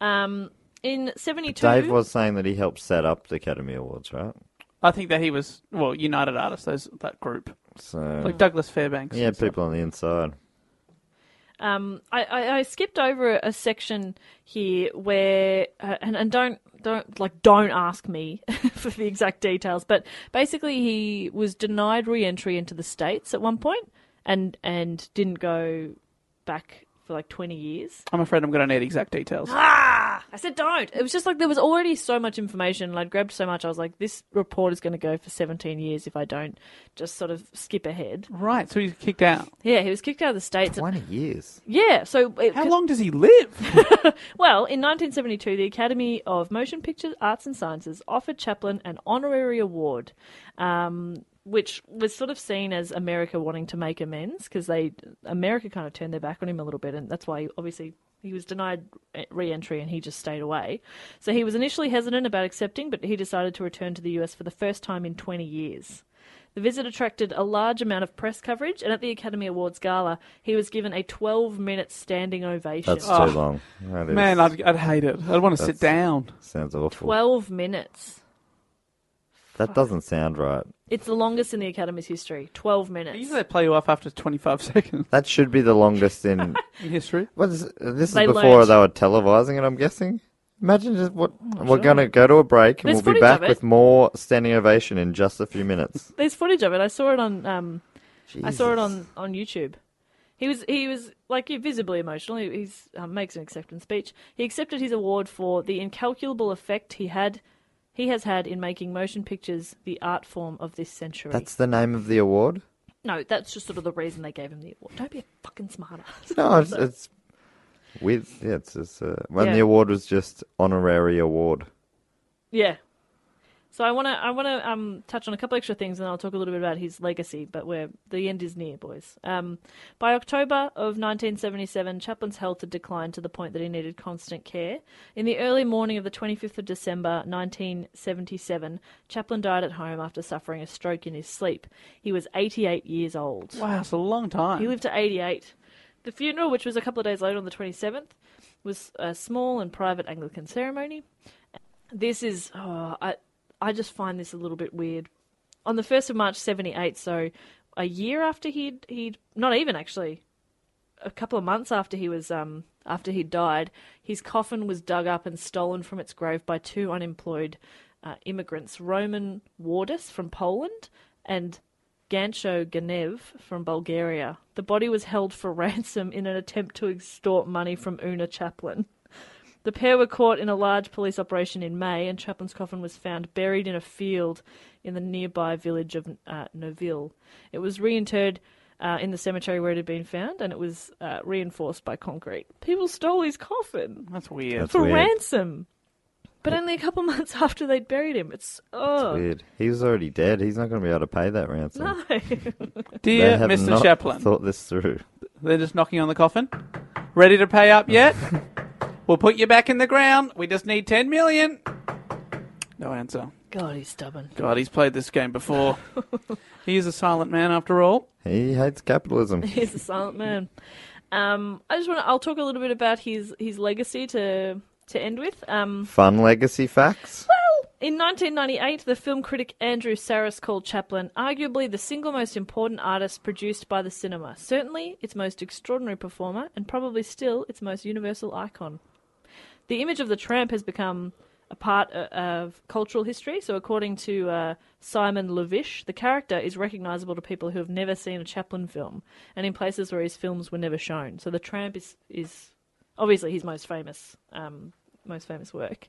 Um, in seventy two,
Dave was saying that he helped set up the Academy Awards, right?
I think that he was well, United Artists, those that group,
So,
like Douglas Fairbanks.
yeah,
and stuff.
people on the inside.
Um, I, I, I skipped over a section here where, uh, and, and don't don't like don't ask me <laughs> for the exact details, but basically he was denied re-entry into the states at one point, and and didn't go back for like twenty years.
I'm afraid I'm going to need exact details.
Ah! I said don't. It was just like there was already so much information, and I'd grabbed so much. I was like, this report is going to go for 17 years if I don't just sort of skip ahead.
Right, so he's kicked out.
Yeah, he was kicked out of the states. and-
Twenty years.
yeah, so it,
How long does he live?
well, in 1972, the Academy of Motion Picture Arts and Sciences offered Chaplin an honorary award, um, which was sort of seen as America wanting to make amends because they America kind of turned their back on him a little bit, and that's why obviously he was denied re-entry and he just stayed away. So he was initially hesitant about accepting, but he decided to return to the U.S. for the first time in 20 years. The visit attracted a large amount of press coverage, and at the Academy Awards gala, he was given a 12-minute standing ovation.
That's too long. That is-
Oh. Man, I'd, I'd hate it. I'd want to sit
That's-
down.
sounds awful.
12 minutes.
uh,
that doesn't sound right.
It's the longest in the Academy's history. 12 minutes.
Usually they play you off after 25 <laughs> seconds
That should be the
<laughs>
longest in.
in history.
what is, uh, this is
They
before
learnt.
they were televising it. I'm guessing. Imagine just what we're gonna go to a break and
There's
we'll be
footage of
back
it.
with more standing ovation in just a few minutes.
There's footage of it. I saw it on um, I saw it
Jesus.
on, on YouTube. He was he was like visibly emotional. He he's, um, makes an acceptance speech. He accepted his award for the incalculable effect he had he has had in making motion pictures the art form of this century.
That's the name of the award.
No, that's just sort of the reason they gave him the award. Don't be a fucking smart ass.
No, it's, it's with yeah, it's, it's uh, when
Yeah.
the award was just honorary award.
Yeah. So I want to I want to um, touch on a couple extra things, and I'll talk a little bit about his legacy. But we're the end is near, boys. Um, by October of 1977, Chaplin's health had declined to the point that he needed constant care. In the early morning of the 25th of December 1977, Chaplin died at home after suffering a stroke in his sleep. He was 88 years old.
Wow, it's a long time.
He lived to 88. The funeral, which was a couple of days later on the 27th, was a small and private Anglican ceremony. This is, oh, I, I just find this a little bit weird. On the 1st of March 78, so a year after he'd, he'd not even actually, a couple of months after he was, um, after he died, his coffin was dug up and stolen from its grave by two unemployed uh, immigrants, Roman Wardus from Poland and Gancho Ganev from Bulgaria. The body was held for <laughs> ransom in an attempt to extort money from Una Chaplin. The pair were caught in a large police operation in May, and Chaplin's coffin was found buried in a field in the nearby village of uh, Noville. It was reinterred uh, in the cemetery where it had been found, and it was uh, reinforced by concrete. People stole his coffin
That's weird.
That's
for
weird.
ransom, but only a couple <laughs> months after they'd buried him. It's oh
Weird. He was already dead. He's not going to be able to pay that ransom.
no. <laughs>
They
Dear
have
Mr.
not
Chaplin,
thought this through.
they're just knocking on the coffin. Ready to pay up <laughs> yet? we'll put you back in the ground. We just need 10 million. No answer.
God, he's stubborn.
God, he's played this game before. he is a silent man after all.
He hates
<laughs>
capitalism.
<laughs> He's a silent man. Um, I just want to. I'll talk a little bit about his his legacy to to end with. Um,
Fun legacy facts.
in 1998, the film critic Andrew Saris called Chaplin arguably the single most important artist produced by the cinema. Certainly, its most extraordinary performer, and probably still its most universal icon. The image of the tramp has become a part o- of cultural history. So, according to uh, Simon Levish, the character is recognizable to people who have never seen a Chaplin film, and in places where his films were never shown. So, the tramp is is obviously his most famous um, most famous work.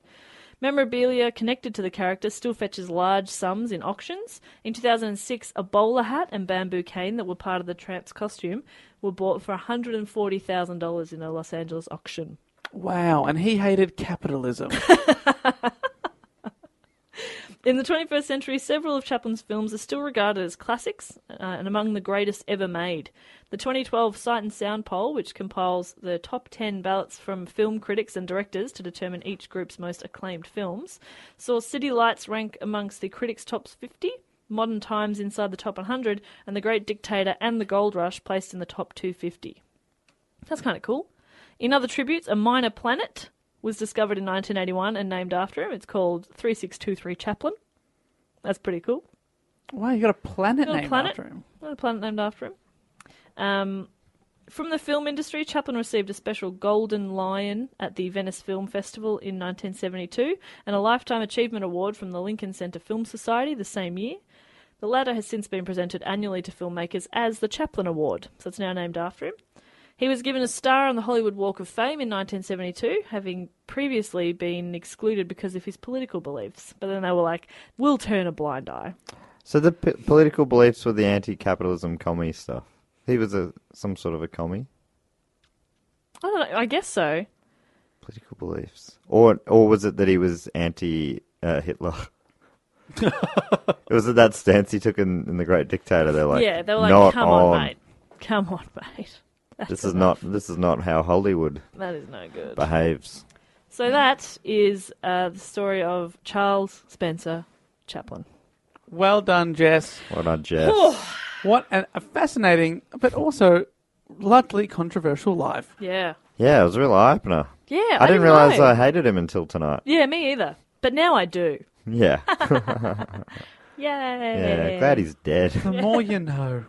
Memorabilia connected to the character still fetches large sums in auctions. In 2006, a bowler hat and bamboo cane that were part of the tramp's costume were bought for $140,000 in a Los Angeles auction.
Wow, and he hated
<laughs>
capitalism.
In the 21st century, several of Chaplin's films are still regarded as classics uh, and among the greatest ever made. The 2012 Sight and Sound poll, which compiles the top 10 ballots from film critics and directors to determine each group's most acclaimed films, saw City Lights rank amongst the critics' top 50, Modern Times inside the top 100, and The Great Dictator and The Gold Rush placed in the top 250. That's kind of cool. In other tributes, a minor planet was discovered in 1981 and named after him. It's called 3623 Chaplin. That's pretty cool.
wow, you got a planet
Got a
named
planet?
after him.
Not a planet named after him. Um, From the film industry, Chaplin received a special Golden Lion at the Venice Film Festival in 1972 and a Lifetime Achievement Award from the Lincoln Center Film Society the same year. The latter has since been presented annually to filmmakers as the Chaplin Award, so it's now named after him. He was given a star on the Hollywood Walk of Fame in 1972, having previously been excluded because of his political beliefs. But then they were like, we'll turn a blind eye.
So the p- political beliefs were the anti-capitalism commie stuff. He was a some sort of a commie.
I don't know, I guess so.
Political beliefs, or or was it that he was anti uh, Hitler? it was that stance he took in, in the Great Dictator. They're like,
yeah, they were like,
"Not
come on,
on.
mate. Come on, mate. <laughs> That's
This is
enough.
not this is not how Hollywood
That is no good.
behaves."
So that is uh, the story of Charles Spencer Chaplin.
Well done, Jess.
What on Jeff?
what an, a fascinating, but also largely controversial life.
Yeah.
yeah, it was a real eye opener.
Yeah,
I,
I didn't
didn't realize
know.
I hated him until tonight. <laughs>
Yeah, me either. But now I do. <laughs>
Yeah,
Yay.
yeah. Glad he's dead. <laughs>
The more
<laughs>
you know.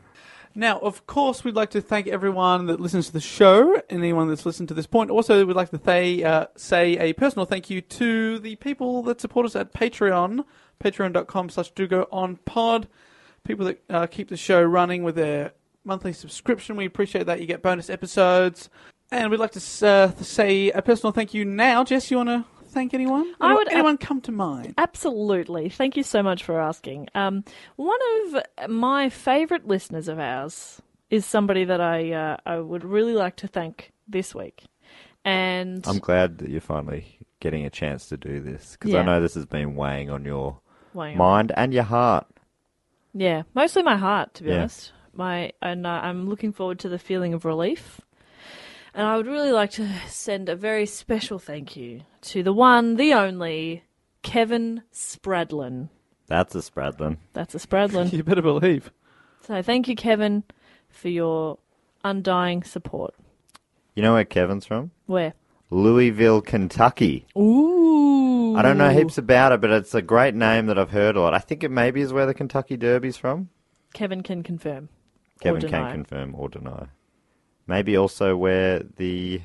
Now, of course, we'd like to thank everyone that listens to the show, anyone that's listened to this point. Also, we'd like to say, uh, say a personal thank you to the people that support us at Patreon, patreon.com slash do on pod. People that uh, keep the show running with their monthly subscription. We appreciate that. You get bonus episodes. And we'd like to s- uh, say a personal thank you now. Jess, you want to thank anyone?
I would- uh,
anyone come to mind?
Absolutely. Thank you so much for asking. Um, one of my favourite listeners of ours is somebody that I uh, I would really like to thank this week. And
I'm glad that you're finally getting a chance to do this because
Yeah.
I know this has been weighing on your
Weighing on-
mind and your heart.
yeah, mostly my heart, to be
Yeah.
honest. My and uh, I'm looking forward to the feeling of relief. And I would really like to send a very special thank you to the one, the only Kevin Spradlin.
That's a Spradlin.
That's a Spradlin.
You better believe.
so thank you, Kevin, for your undying support.
You know where Kevin's from?
Where?
Louisville, Kentucky.
Ooh.
I don't know heaps about it, but it's a great name that I've heard a lot. I think it maybe is where the Kentucky Derby's from.
Kevin can confirm. or
Kevin
deny.
can confirm or deny. Maybe also where the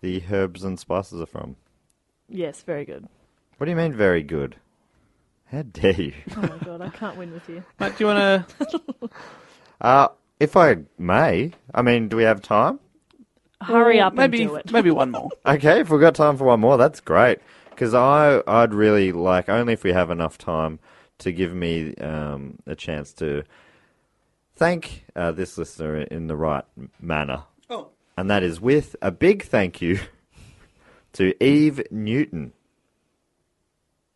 the herbs and spices are from.
Yes, very good.
What do you mean very good? How dare
<laughs>
you?
Oh my god, I can't win with you.
Matt, do you
<laughs>
want to?
Uh, if I may, I mean, do we have time?
Hurry up
maybe,
and do it.
Maybe one more.
Okay, if we've got time for one more, that's great. Because I, I'd really like only if we have enough time to give me um, a chance to thank uh, this listener in the right m- manner,
Oh.
and that is with a big thank you <laughs> to Eve Newton.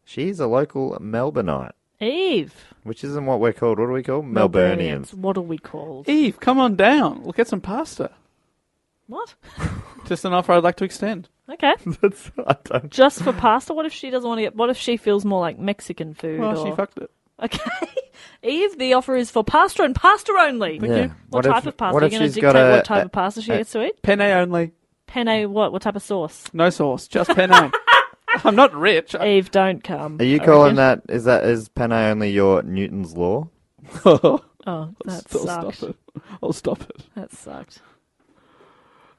She's a local Melbourneite,
Eve.
which isn't what we're called. What are we called? Melburnians.
What are we called?
Eve, come on down. We'll get some pasta.
What?
Just an offer I'd like to extend. <laughs>
Okay.
That's, I don't.
Just for pasta? What if she doesn't want to get. What if she feels more like Mexican food?
Well,
or...
she fucked it.
<laughs> Okay. Eve, the offer is for pasta and pasta only.
Yeah. What
What,
if-
type of pasta?
what
You're
if
going to
she's
dictate
got a-
what type
a-
of pasta she
a-
gets to eat?
Penne only.
Penne, what? What type of sauce?
No sauce, just
<laughs>
penne. I'm not rich. I-
Eve, don't come.
Are you calling that? Is that is penne only your Newton's law?
<laughs> I'll
Oh, that
stop
sucked.
it. I'll stop it.
That sucked.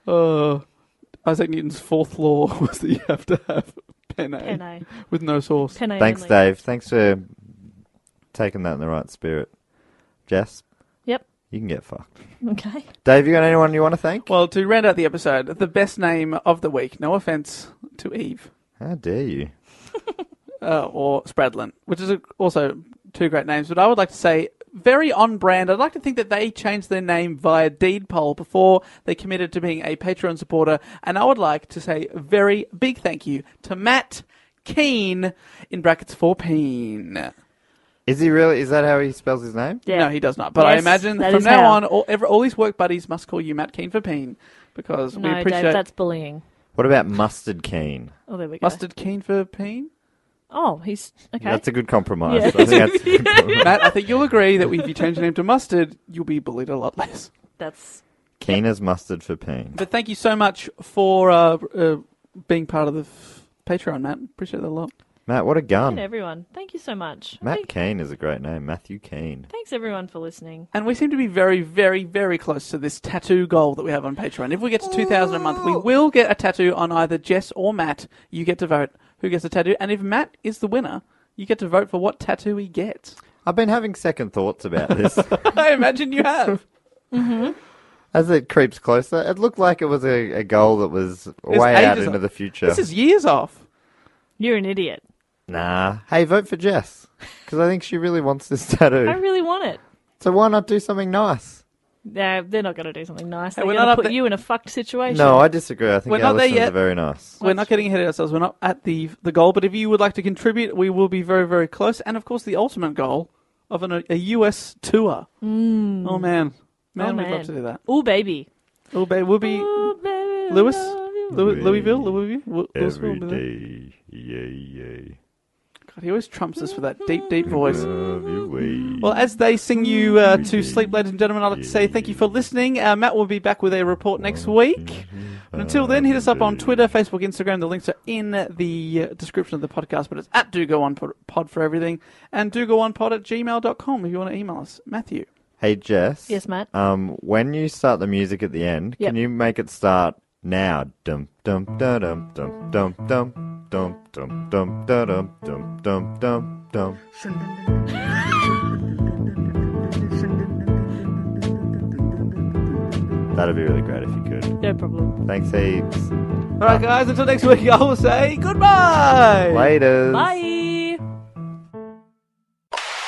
Uh, Isaac Newton's fourth law <laughs> was that you have to have penne,
Penne.
with no sauce.
Penne
Thanks,
only.
Dave. Thanks for taking that in the right spirit. Jess,
Yep.
you can get fucked.
Okay.
Dave, you got anyone you want to thank?
Well, to round out the episode, the best name of the week. No offense to Eve
How dare you?
uh, or Spradlin, which is a, also two great names. But I would like to say very on brand. I'd like to think that they changed their name via deed poll before they committed to being a Patreon supporter. And I would like to say a very big thank you to Matt Keen in brackets 14.
Is he really? Is that how he spells his name?
Yeah.
<laughs> No, he does not. But I
Yes,
imagine
that
from
is
now
how.
on, all, every, all his work buddies must call you Matt Keen for Peen because we
No,
appreciate
Dave, that's bullying.
What about Mustard Keen?
Oh, there we go.
Mustard Keen for Peen. <laughs>
Oh, he's okay.
That's a good compromise.
Yeah.
I
<laughs>
think that's a good compromise.
Matt, I think you'll agree that if you change your name to Mustard, you'll be bullied a lot less.
That's
Keen as mustard for Peen.
But thank you so much for uh, uh, being part of the f- Patreon, Matt. Appreciate that a lot.
Matt, what a gun.
And everyone, thank you so much.
Matt
Thank-
Cain is a great name. Matthew Cain.
Thanks everyone for listening.
And we seem to be very, very, very close to this tattoo goal that we have on Patreon. If we get to 2,000 a month, we will get a tattoo on either Jess or Matt. You get to vote who gets a tattoo. And if Matt is the winner, you get to vote for what tattoo he gets.
I've been having second thoughts about this.
<laughs> I imagine you have.
As it creeps closer, it looked like it was a, a goal that was
It's
way out
ages
into
off.
the future.
This is years off.
You're an idiot.
Nah. Hey, vote for Jess. Because I think she really wants this <laughs> tattoo.
I really want it.
So why not do something nice?
They're, they're not going to do something nice.
Hey,
They're
we're
going
not
to
up
put
there-
you in a fucked situation.
No, I disagree. I think
We're
our
not there
listeners
yet.
are very nice.
We're not getting ahead of ourselves. We're not at the the goal, but if you would like to contribute, we will be very, very close. And of course, the ultimate goal of an, a US tour.
Mm.
Oh man, man,
Oh,
we'd
man. Oh,
love to do that.
Ooh, baby.
We'll be, we'll be Lewis, Lew- Louisville, Louisville, Lew- Louisville.
Every
we'll be there.
day, yay,
God, he always trumps us with that deep, deep
yay.
voice.
Love you, way.
Well, as they sing you uh, to sleep, ladies and gentlemen, I'd like to say thank you for listening. Uh, Matt will be back with a report next week. And until then, hit us up on Twitter, Facebook, Instagram. The links are in the uh, description of the podcast, but it's at Do Go On Pod- Pod for everything. And do go on pod at gmail.com if you want to email us. Matthew.
Hey, Jess.
Yes, Matt.
Um, when you start the music at the end,
Yep.
can you make it start now? Dum dum da dum dum dum dum dum dum dum da dum dum dum dum dum. That'd be really great if you could.
No problem.
Thanks heaps.
All right, guys, until next week, I will say goodbye.
Later.
Bye.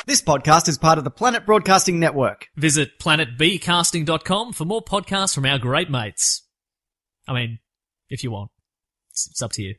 This podcast is part of the Planet Broadcasting Network.
Visit planetbcasting.com for more podcasts from our great mates. I mean, if you want, it's, it's up to you.